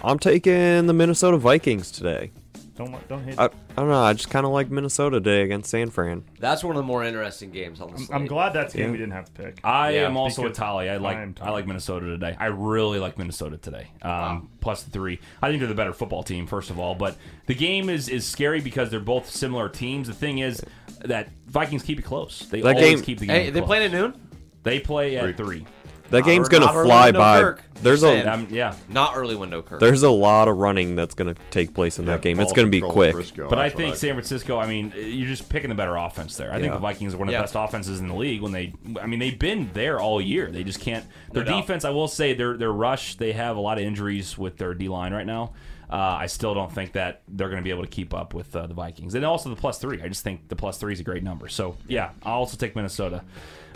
S4: I'm taking the Minnesota Vikings today.
S2: Don't want- don't hate.
S3: Uh,
S4: I, I don't know. I just kind of like Minnesota today against San Fran.
S5: That's one of the more interesting games on the slate.
S2: I'm glad that's a game we didn't have to pick.
S1: I
S5: Yeah,
S1: am also with
S2: because
S1: Tolly. I like
S2: I am
S1: I like Minnesota today. I really like Minnesota today. Um, Plus the three. I think they're the better football team, first of all. But the game is is scary because they're both similar teams. The thing is that Vikings keep it close. They
S4: That
S1: always
S4: game-
S1: keep the game.
S5: Hey, they
S1: close.
S5: played at noon.
S1: They play at three.
S4: That game's gonna
S5: Robert- Robert
S4: fly
S5: Wiener
S4: by.
S5: Kirk.
S4: There's
S5: Saying,
S4: a
S5: I'm-
S1: Um, yeah.
S5: Not early window curve.
S4: there's a lot of running that's gonna take place in that game. It's
S3: Ball
S4: gonna be
S3: control,
S4: quick.
S3: Briscoe,
S1: But I
S3: Oh, that's what
S1: think San Francisco. I mean, you're just picking the better offense there. I think
S4: Yeah.
S1: the Vikings are one of
S5: Yeah.
S1: the best offenses in the league. When they, I mean, they've been there all year. They just can't. Their
S5: No doubt.
S1: defense, I will say, their their rush. They have a lot of injuries with their D line right now. Uh, I still don't think that they're going to be able to keep up with uh, the Vikings, and also the plus three. I just think the plus three is a great number. So yeah, I'll also take Minnesota.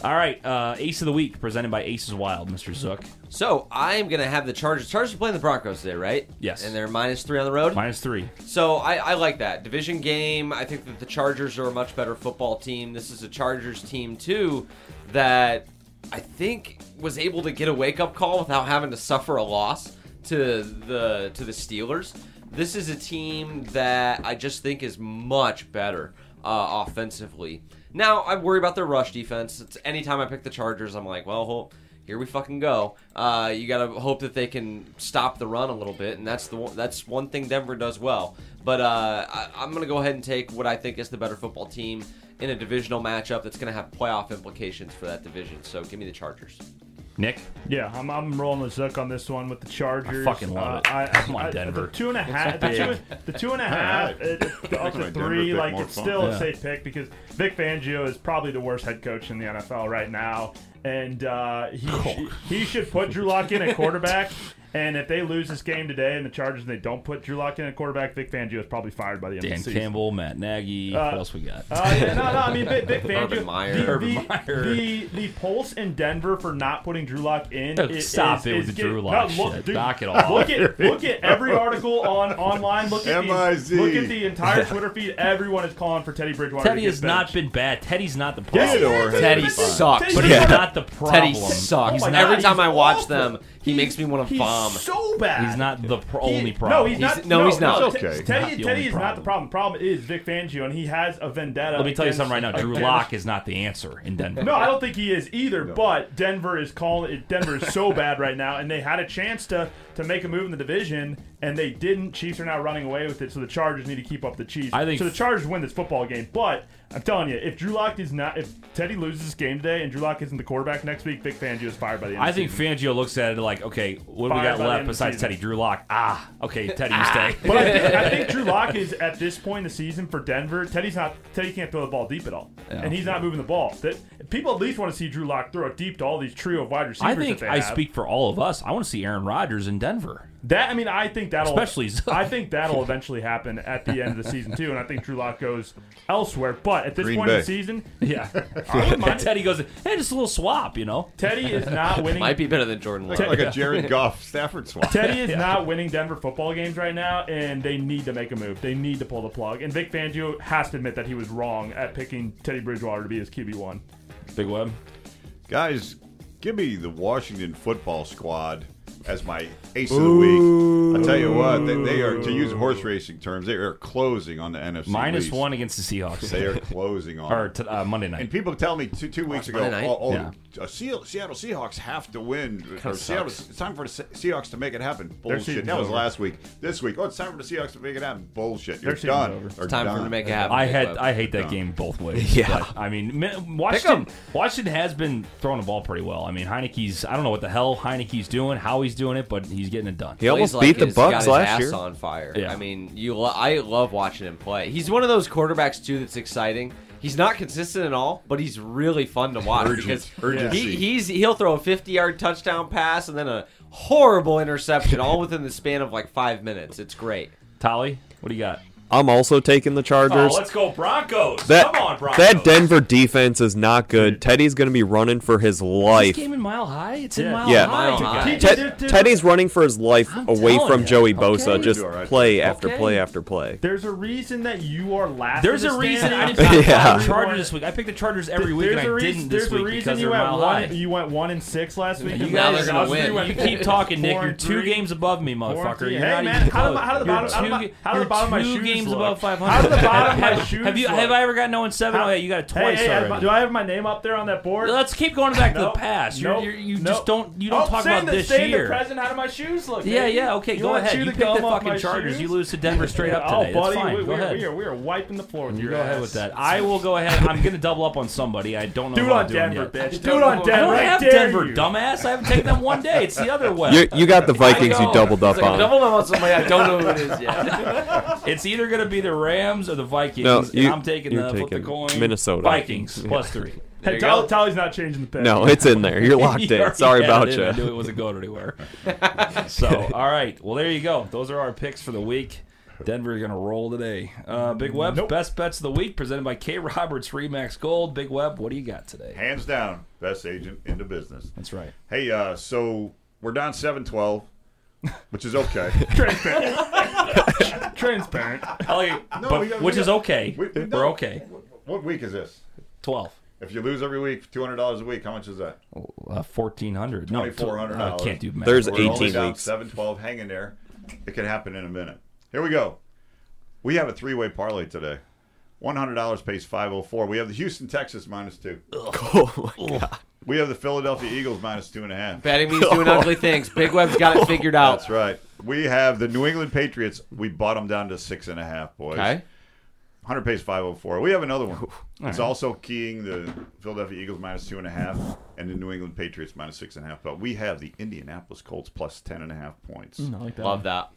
S1: All right, uh, Ace of the Week presented by Aces Wild, Mr. Zook,
S5: So I'm gonna have the Chargers. Chargers are playing the Broncos today, right?
S1: Yes.
S5: And they're minus three on the road.
S1: minus three.
S5: So I, I like that division game. I think that the Chargers are a much better football team. This is a Chargers team too that I think was able to get a wake up call without having to suffer a loss to the to the Steelers. This is a team that I just think is much better uh, offensively. Now I worry about their rush defense. It's anytime I pick the Chargers, I'm like, well, ho- here we fucking go. Uh, you gotta hope that they can stop the run a little bit, and that's the one, that's one thing Denver does well. But uh, I, I'm gonna go ahead and take what I think is the better football team in a divisional matchup that's gonna have playoff implications for that division. So give me the Chargers.
S1: Nick,
S2: Yeah, I'm, I'm rolling the Zook on this one with the Chargers. Uh,
S1: I fucking love it. Come on, Denver.
S2: The two and a half. The two, the two and a half.
S3: All right.
S2: uh, the- up
S3: my
S2: to
S3: Denver
S2: three.
S3: pick
S2: Like
S3: more
S2: it's
S3: fun.
S2: still
S1: Yeah.
S2: a safe pick because Vic Fangio is probably the worst head coach in the NFL right now, and uh, he he should put Drew Lock in at quarterback. And if they lose this game today and the Chargers and they don't put Drew Lock in at quarterback, Vic Fangio is probably fired by the end
S1: Dan
S2: of the season.
S1: Campbell, Matt Nagy. what
S2: Uh,
S1: else we got?
S2: Uh, yeah, no, no. I mean, Vic, Vic Fangio.
S5: [LAUGHS] Urban Meyer.
S2: The,
S1: Urban
S2: the,
S1: Meyer.
S2: The, the pulse in Denver for not putting Drew Lock in.
S1: Oh,
S2: i-
S1: stop
S2: is-
S1: it with
S2: is
S1: the Drew
S2: getting-
S1: Lock
S2: no, look,
S1: shit.
S2: dude,
S1: Knock it off.
S2: Look at look at every article on online. Look at
S3: M.I.Z..
S2: the look at
S1: [LAUGHS]
S2: the entire Twitter feed. Everyone is calling for Teddy Bridgewater. to
S1: Teddy
S2: get
S1: has not
S2: benched.
S1: been bad. Teddy's not the
S3: Yes,
S1: problem.
S3: he is.
S5: Teddy
S3: He's been fine.
S5: sucks.
S1: But
S2: Teddy
S1: he's
S2: sucks.
S1: not the problem.
S5: [LAUGHS] Teddy sucks.
S2: Oh my
S5: Every
S2: God,
S5: time
S2: he's
S5: I watch
S2: awful.
S5: them, he makes me want to
S2: He's
S5: bomb.
S2: so bad.
S1: He's not the pro-
S2: He-
S1: only problem.
S2: No, he's
S5: He's-
S2: not.
S5: no, he's not.
S2: Te-
S3: Okay.
S1: Not
S2: Teddy,
S1: the only
S2: Teddy is not the
S1: problem.
S2: problem. The problem is Vic Fangio, and he has a vendetta.
S1: Let me tell you something right now.
S2: against-
S1: Drew
S2: against-
S1: Lock is not the answer in Denver.
S2: No, I don't think he is either. But Denver is calling. Denver is so [LAUGHS] bad right now, and they had a chance to to make a move in the division, and they didn't. Chiefs are now running away with it, so the Chargers need to keep up the Chiefs.
S1: I think-
S2: so. The Chargers win this football game, but I'm telling you, if Drew Lock is not, if Teddy loses this game today, and Drew Lock isn't the quarterback next week, Vic Fangio is fired by the end.
S1: I
S2: of the
S1: think Fangio looks at it like, okay, what do we
S2: Fired
S1: got
S2: by the end
S1: left
S2: of the
S1: besides
S2: season.
S1: Teddy? Drew Lock. Ah, okay, Teddy, you stay.
S2: But I think,
S1: [LAUGHS]
S2: I think Drew Lock is at this point in the season for Denver. Teddy's not. Teddy can't throw the ball deep at all, and he's not moving the ball. That people at least want to see Drew Lock throw it deep to all these trio of wide
S1: I
S2: receivers.
S1: think
S2: that they
S1: I
S2: have.
S1: speak for all of us. I want to see Aaron Rodgers in
S2: [LAUGHS]
S1: Denver.
S2: that. I mean, I think that'll
S1: Especially Zook.
S2: I think that'll eventually happen at the end of the season too, and I think Drew Lock goes elsewhere. But at this
S3: Green
S2: point in
S3: Bay.
S2: the season,
S1: [LAUGHS] Yeah.
S2: I wouldn't mind it.
S1: Teddy goes, hey, just a little swap, you know?
S2: Teddy is
S1: [LAUGHS]
S2: not winning.
S5: Might be better than Jordan Love.
S3: Like a Jared Goff Stafford swap.
S2: [LAUGHS] Teddy is not winning Denver football games right now, and they need to make a move. They need to pull the plug. And Vic Fangio has to admit that he was wrong at picking Teddy Bridgewater to be his QB one.
S1: Big Web.
S3: Guys, give me the Washington football squad as my ace of the week. I'll tell you what, they, they are, to use horse racing terms, they are closing on the NFC.
S1: Minus
S3: least.
S1: one against the Seahawks.
S3: They are closing on.
S1: Or t- uh, Monday
S3: and
S1: night.
S3: people tell me two, two weeks ago,
S5: Monday night?
S3: oh, oh,
S1: Yeah.
S3: uh, Seal- Seattle Seahawks have to win. Or Seattle, it's time for the Se- Seahawks to make it happen. Bullshit.
S2: season's
S3: That was
S2: over.
S3: last week. This week, oh, it's time for the Seahawks to make it happen. Bullshit. You're
S2: Their season's
S3: done.
S2: over. It's
S3: They're
S5: Time for him
S3: done.
S5: to make it happen.
S1: I
S5: Big
S1: had
S5: Web.
S1: I hate that game both ways.
S4: [LAUGHS] Yeah.
S1: but, I mean, Mi- Washington Washington has been throwing the ball pretty well. I mean, Heineke's I don't know what the hell Heineke's doing, how he's doing it, but he's getting it done.
S4: He almost
S5: plays
S4: beat
S5: like
S4: the
S5: he's got
S4: Bucks
S5: his
S4: last
S5: ass
S4: year.
S5: On fire.
S1: Yeah.
S5: I mean, you. Lo- I love watching him play. He's one of those quarterbacks too that's exciting. He's not consistent at all, but he's really fun to watch
S3: Urgent-
S5: because he,
S3: urgency.
S5: he's he'll throw a 50-yard touchdown pass and then a horrible interception all within the span of like five minutes. It's great.
S1: Tolly, what do you got?
S4: I'm also taking
S2: Oh,
S4: the Chargers.
S1: go Broncos!
S4: that that Denver defense is not good. Teddy's going to be running for his life.
S1: in Mile High. It's
S2: Yeah.
S4: Yeah.
S5: Mile
S1: Uh,
S5: High.
S4: Ted- Teddy's running for his life
S1: I'm
S4: away
S1: telling
S4: from
S1: ya.
S4: Joey Bosa.
S1: Okay.
S4: Just
S3: You'll do all right.
S4: play after
S1: Okay.
S4: play after play.
S2: There's a reason that you are last.
S1: There's
S2: in the
S1: a reason I
S2: standings.
S1: didn't
S4: [LAUGHS]
S1: pick
S4: Yeah.
S1: the Chargers this week. I pick the Chargers every week, and I
S2: There's a
S1: didn't
S2: reason.
S1: this
S2: There's a
S1: week because
S2: reason you
S1: they're
S2: went
S1: Mile High.
S2: one. You went one and six last week.
S1: You
S2: and
S5: guys
S2: last-
S5: are gonna
S2: last week
S5: win.
S2: you went
S1: You keep talking, Nick.
S2: four
S1: You're
S2: and
S1: two
S2: three.
S1: games above me,
S2: and
S1: motherfucker.
S2: three.
S1: You're
S2: Hey,
S1: not
S2: man,
S1: even
S2: how the-
S1: close.
S2: how
S1: You're
S2: the bottom- how the
S1: two-
S2: bottom- how the
S1: you're
S2: bottom of my
S1: two
S2: shoes is
S1: games teams
S2: look.
S1: above 500.
S2: How do the bottom of my
S1: have,
S2: shoes
S1: have you
S2: look?
S1: have I ever gotten no one seven? Oh yeah, you got it
S2: Hey,
S1: twice
S2: hey,
S1: already.
S2: have my- do I have my name up there on that board?
S1: Let's keep going back to the
S2: Nope.
S1: past. You're,
S2: Nope.
S1: you're, you
S2: Nope.
S1: just don't you don't
S2: Oh,
S1: talk
S2: stay in
S1: about
S2: the-
S1: this
S2: stay in the
S1: year.
S2: present. How do my shoes look?
S1: Yeah,
S2: baby?
S1: yeah. Okay,
S2: You
S1: go
S2: wanna
S1: ahead.
S2: chew
S1: You
S2: the
S1: pick the
S2: gum off
S1: fucking
S2: my
S1: Chargers.
S2: shoes?
S1: You lose to Denver straight up
S2: Oh,
S1: today. That's
S2: buddy,
S1: fine.
S2: We,
S1: go
S2: we,
S1: ahead.
S2: we, are, we are wiping the floor with
S1: You
S2: your
S1: go
S2: ass.
S1: ahead with that. I will go ahead. I'm gonna double up on somebody. I don't know.
S2: Dude
S1: what I'm
S2: on
S1: doing
S2: Denver,
S1: yet.
S2: bitch. Dude on
S1: I
S2: Denver.
S1: don't
S2: right
S1: have
S2: there,
S1: Denver,
S2: you.
S1: dumbass. I haven't taken them one day. It's the other way.
S4: You you got the Vikings. You
S1: know.
S4: doubled up
S5: It's like,
S4: on.
S5: double up on somebody. I don't know who it
S1: [LAUGHS]
S5: is yet.
S1: It's either going to be the Rams or the Vikings.
S4: No,
S1: and
S4: you-
S1: I'm taking
S4: you're
S1: the flip
S4: taking
S1: the coin.
S4: Minnesota.
S1: Vikings
S4: [LAUGHS]
S1: plus three.
S5: There
S2: Hey,
S5: you
S2: Tally-
S5: go.
S2: Tally's not changing the pick.
S4: No, it's in there.
S1: [LAUGHS]
S4: You're locked
S1: You
S4: in.
S1: already
S4: Sorry
S1: had
S4: about
S1: it. I knew it
S4: you.
S1: wasn't going
S4: [LAUGHS]
S1: anywhere. so, all right. Well, there you go. Those are our picks for the week. Denver's going to roll today. Uh, Big Web,
S2: Nope.
S1: best bets of the week, presented by K. Roberts Remax Gold. Big Web, what do you got today?
S3: Hands down, best agent in the business.
S1: That's right.
S3: Hey, uh, so we're down seven twelve, which is okay.
S2: [LAUGHS]
S1: [LAUGHS]
S2: Transparent. Transparent.
S1: I like-
S3: No,
S1: Oh, but-
S3: we got- we
S1: which
S3: got-
S1: is okay.
S3: we-
S1: We're
S3: no.
S1: okay.
S3: what week is this?
S1: Twelve.
S3: If you lose every week, two hundred dollars a week. How much is that?
S1: Uh, fourteen hundred. No, tw-
S3: $2,400.
S1: I can't do math.
S4: There's
S3: We're only
S4: 18
S3: down
S4: weeks.
S3: seven twelve, hanging there. It can happen in a minute. Here we go. We have a three way parlay today. One hundred dollars pays five hundred four. We have the Houston Texas minus two.
S4: [LAUGHS] Oh my God.
S3: We have the Philadelphia Eagles minus two and a half.
S5: Betting means
S1: [LAUGHS]
S5: doing ugly things. Big Web's got it figured out.
S3: That's right. We have the New England Patriots. We bought them down to six and a half, boys.
S5: Okay.
S3: Hunter pays five hundred four. We have another one. It's also keying the Philadelphia Eagles minus two and a half and the New England Patriots minus six and a half. But we have the Indianapolis Colts plus ten and a half points.
S4: Mm-hmm.
S5: Love that.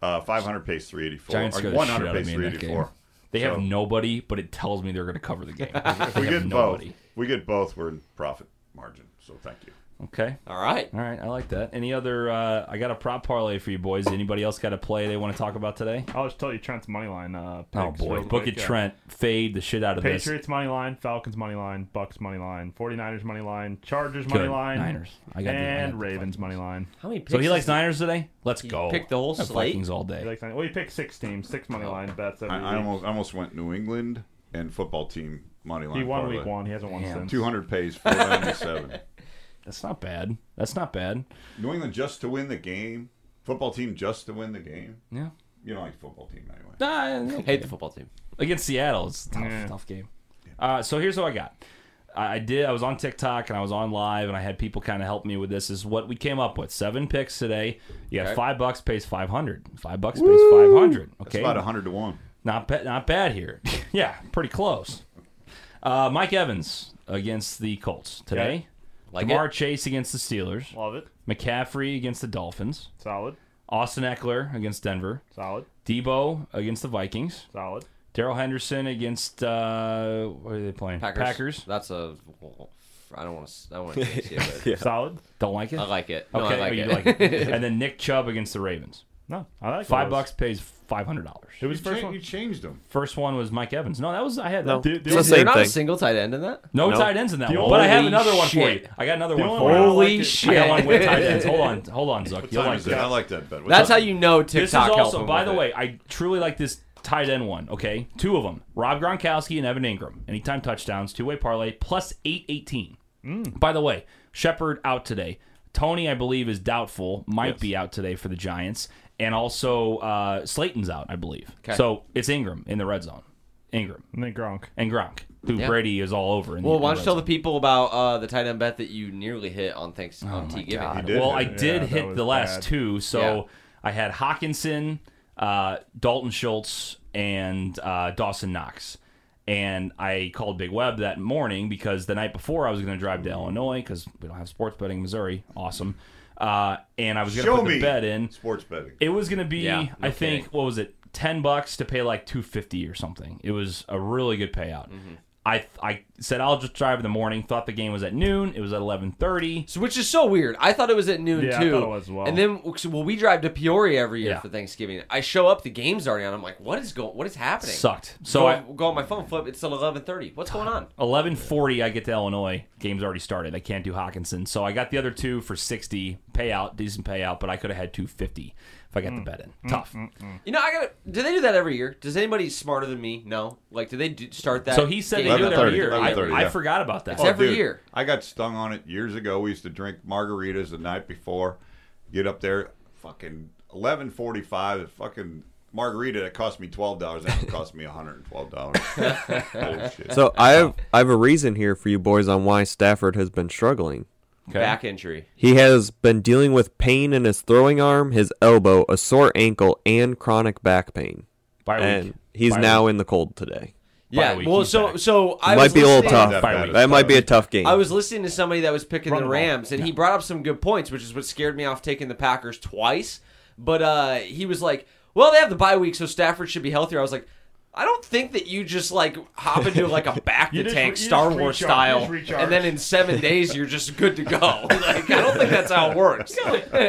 S3: Uh, five hundred pays three eighty four.
S1: Giants scare the
S3: One
S1: shit
S3: hundred
S1: out of
S3: pays
S1: me in
S3: three
S1: that
S3: eighty four.
S1: game. They have
S3: So-
S1: nobody, but it tells me they're going to cover the game. They
S3: We
S1: have
S3: get both.
S1: nobody.
S3: We get both. We're in profit margin. So thank you.
S1: Okay.
S5: All right.
S1: All right, I like that. Any other? Uh, I got a prop parlay for you boys. Anybody else got a play they want to talk about today?
S2: I'll just tell you Trent's money line. Uh,
S1: Oh
S2: picks
S1: boy,
S2: real
S1: book
S2: quick.
S1: it, Trent. Fade the shit out of this.
S2: Patriots money line, Falcons money line, Bucks money line, 49ers money line, Chargers money
S1: Good.
S2: line,
S1: Niners. I got the- I
S2: and
S1: got the
S2: Ravens money line.
S5: How many picks?
S1: So he
S5: is-
S1: likes Niners today. Let's go.
S5: picked the whole
S1: I have
S5: slate?
S1: Vikings all
S2: He
S1: day.
S2: likes- Well, you pick six teams, six
S3: Oh.
S2: money line bets every
S3: I, I
S2: week.
S3: almost I almost went New England and football team money line.
S2: he won week one. He hasn't won
S1: Damn.
S2: since.
S3: Two hundred pays four ninety seven.
S1: That's not bad. That's not bad.
S3: [LAUGHS] New England just to win the game. Football team just to win the game.
S1: Yeah.
S3: You don't like football team anyway.
S1: Nah, no.
S5: Hate the football team.
S1: against Seattle. It's a tough,
S2: Yeah.
S1: tough game. Uh, so here's what I got. I I did. I was on TikTok and I was on live, and I had people kind of help me with this. This Is what we came up with. Seven picks today. You got
S5: Okay.
S1: five bucks pays five hundred. Five bucks pays five hundred.
S3: It's
S1: Okay,
S3: about hundred to one.
S1: Not bad. Not bad here. [LAUGHS] yeah, pretty close. Uh, Mike Evans against the Colts today.
S5: Like
S1: Jamar
S5: it?
S1: Chase against the Steelers.
S2: Love it.
S1: McCaffrey against the Dolphins.
S2: Solid.
S1: Austin Eckler against Denver.
S2: Solid.
S1: Debo against the Vikings.
S2: Solid.
S1: Daryl Henderson against uh, what are they playing?
S5: Packers. That's a. I don't want to. I want
S4: [LAUGHS]
S5: to jinx it, but
S2: Solid.
S1: Don't like it.
S5: I like it. No,
S1: Okay,
S5: I like
S1: oh, you
S5: it.
S1: like
S5: [LAUGHS]
S1: it. and then Nick Chubb against the Ravens.
S2: No, I like
S1: Five
S2: those.
S1: bucks pays five hundred dollars.
S2: Who was
S3: You
S2: the first
S3: cha- You
S2: one?
S3: changed them.
S1: First one was Mike Evans. No, that was I had that.
S2: Dude,
S4: It's the
S5: Is there
S4: same
S5: not a
S4: thing.
S5: single tight end in that?
S1: No
S4: Nope.
S1: tight ends in that
S2: The
S1: one. But I have
S5: only
S1: another one for you.
S5: shit.
S1: I got another
S2: The
S1: one
S2: only
S1: for
S2: one I
S1: you.
S2: don't
S5: Holy
S2: like it.
S5: shit.
S1: I got one with tight ends. Hold on, hold on, Zuck.
S3: What
S1: You'll
S3: time
S1: like
S3: is it? I
S1: that.
S3: like that bet. What
S5: That's how
S3: time-
S5: you know
S1: This is
S5: TikTok helped
S1: also,
S5: him
S1: by
S5: with
S1: the
S5: it.
S1: way, I truly like this tight end one. Okay, two of them: Rob Gronkowski and Evan Ingram. Anytime touchdowns, two-way parlay plus eight eighteen.
S5: Mm.
S1: By the way, Shepard out today. Tony, I believe, is doubtful. Might be out today for the Giants, and also uh, Slayton's out, I believe.
S5: Okay.
S1: So it's Ingram in the red zone. Ingram
S2: And then Gronk.
S1: and Gronk, who
S5: Yeah.
S1: Brady is all over. In the,
S5: Well, why
S1: in red
S5: don't you tell
S1: zone.
S5: the people about uh, the tight end bet that you nearly hit on thanks on T giving?
S3: He did
S1: well, I
S3: hit it.
S1: did
S2: Yeah, that
S1: hit
S2: was
S1: the last
S2: bad.
S1: two. So
S5: Yeah.
S1: I had Hawkinson, uh, Dalton Schultz, and uh, Dawson Knox. And I called Big Web that morning because the night before I was going to drive to Illinois because we don't have sports betting in Missouri. Awesome. Uh, and I was going to
S3: Show
S1: put the
S3: me.
S1: bet in.
S3: Sports betting.
S1: It was going to be,
S5: Yeah, no
S1: I think,
S5: kidding.
S1: what was it, ten bucks to pay like two fifty or something. It was a really good payout.
S5: Mm-hmm.
S1: I I said I'll just drive in the morning. Thought the game was at noon. It was at eleven thirty.
S5: So, which is so weird. I thought it was at noon
S2: Yeah, I
S5: too.
S2: thought it was as well.
S5: And then, so, well, we drive to Peoria every year
S1: Yeah.
S5: for Thanksgiving. I show up, the game's already on. I'm like, what is going? What is happening?
S1: Sucked. So
S5: So
S1: I,
S5: I go on my phone, flip. It's still 11:30. What's going on?
S1: Eleven forty, I get to Illinois. Game's already started. I can't do Hawkinson, so I got the other two for sixty payout, decent payout. But I could have had two fifty if I got
S5: Mm.
S1: the bet in. Tough.
S5: You know, I gotta. Do they do that every year? Does anybody smarter than me? No. Like, do they do, start that?
S1: So he said they
S5: game
S1: do it every
S3: 11:30,
S1: year. I,
S3: 11:30,
S1: I
S3: yeah.
S1: forgot about that.
S5: It's every
S3: dude,
S5: year.
S3: I got stung on it years ago. We used to drink margaritas the night before, get up there, fucking eleven forty-five. Fucking margarita that cost me twelve dollars. That one cost me one hundred and twelve dollars. Bullshit.
S4: So I have I have a reason here for you boys on why Stafford has been struggling.
S1: Okay.
S5: Back injury.
S4: He has been dealing with pain in his throwing arm, his elbow, a sore ankle, and chronic back pain.
S1: Bye week.
S4: And he's
S1: Bye
S4: now in the cold today.
S5: Yeah.
S1: week,
S5: Well,
S1: he's
S5: so
S1: back.
S5: so I
S4: It might
S5: was
S4: be a little
S5: listening-
S4: tough.
S3: That
S1: bad.
S4: That might be a tough game.
S5: I was listening to somebody that was picking
S2: Run
S5: the
S2: the ball.
S5: Rams, and he brought up some good points, which is what scared me off taking the Packers twice. But uh, he was like, "Well, they have the bye week, so Stafford should be healthier." I was like, "I don't think that you just like hop into like a back
S2: You
S5: to
S2: just
S5: tank
S2: re- you
S5: Star
S2: just
S5: Wars
S2: recharge,
S5: style,
S2: just recharge.
S5: and then in seven days you're just good to go." [LAUGHS] Like, I don't think that's how it works.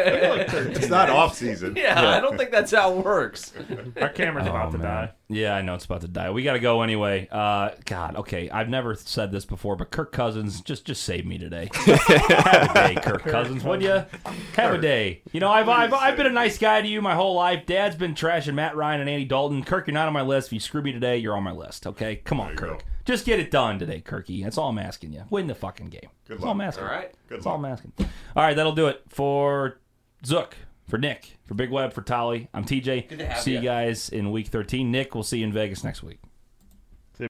S3: it's not off season.
S5: yeah, I don't think that's how it works.
S2: Our camera's
S3: Oh,
S2: about to die.
S1: Yeah, I know it's about to die. We got to go anyway. Uh, God, okay. I've never said this before, but Kirk Cousins, just just save me
S5: [LAUGHS]
S1: today. Have a day, Kirk Cousins, would you? Have a day. You know, I've, I've I've been a nice guy to you my whole life. Dad's been trashing Matt Ryan and Andy Dalton. Kirk, you're not on my list. If you screw me today, you're on my list. Okay, come on, Kirk.
S3: go.
S1: Just get it done today, Kirky. That's all I'm asking you. Win the fucking game. That's all I'm
S3: luck.
S1: asking.
S5: All right.
S3: Good
S1: That's all
S3: luck.
S1: I'm asking. All right, that'll do it for Zook, for Nick, for Big Web, for Tolly. I'm TJ.
S5: to have
S1: see you
S5: you.
S1: guys in week 13. Nick, we'll see you in Vegas next week.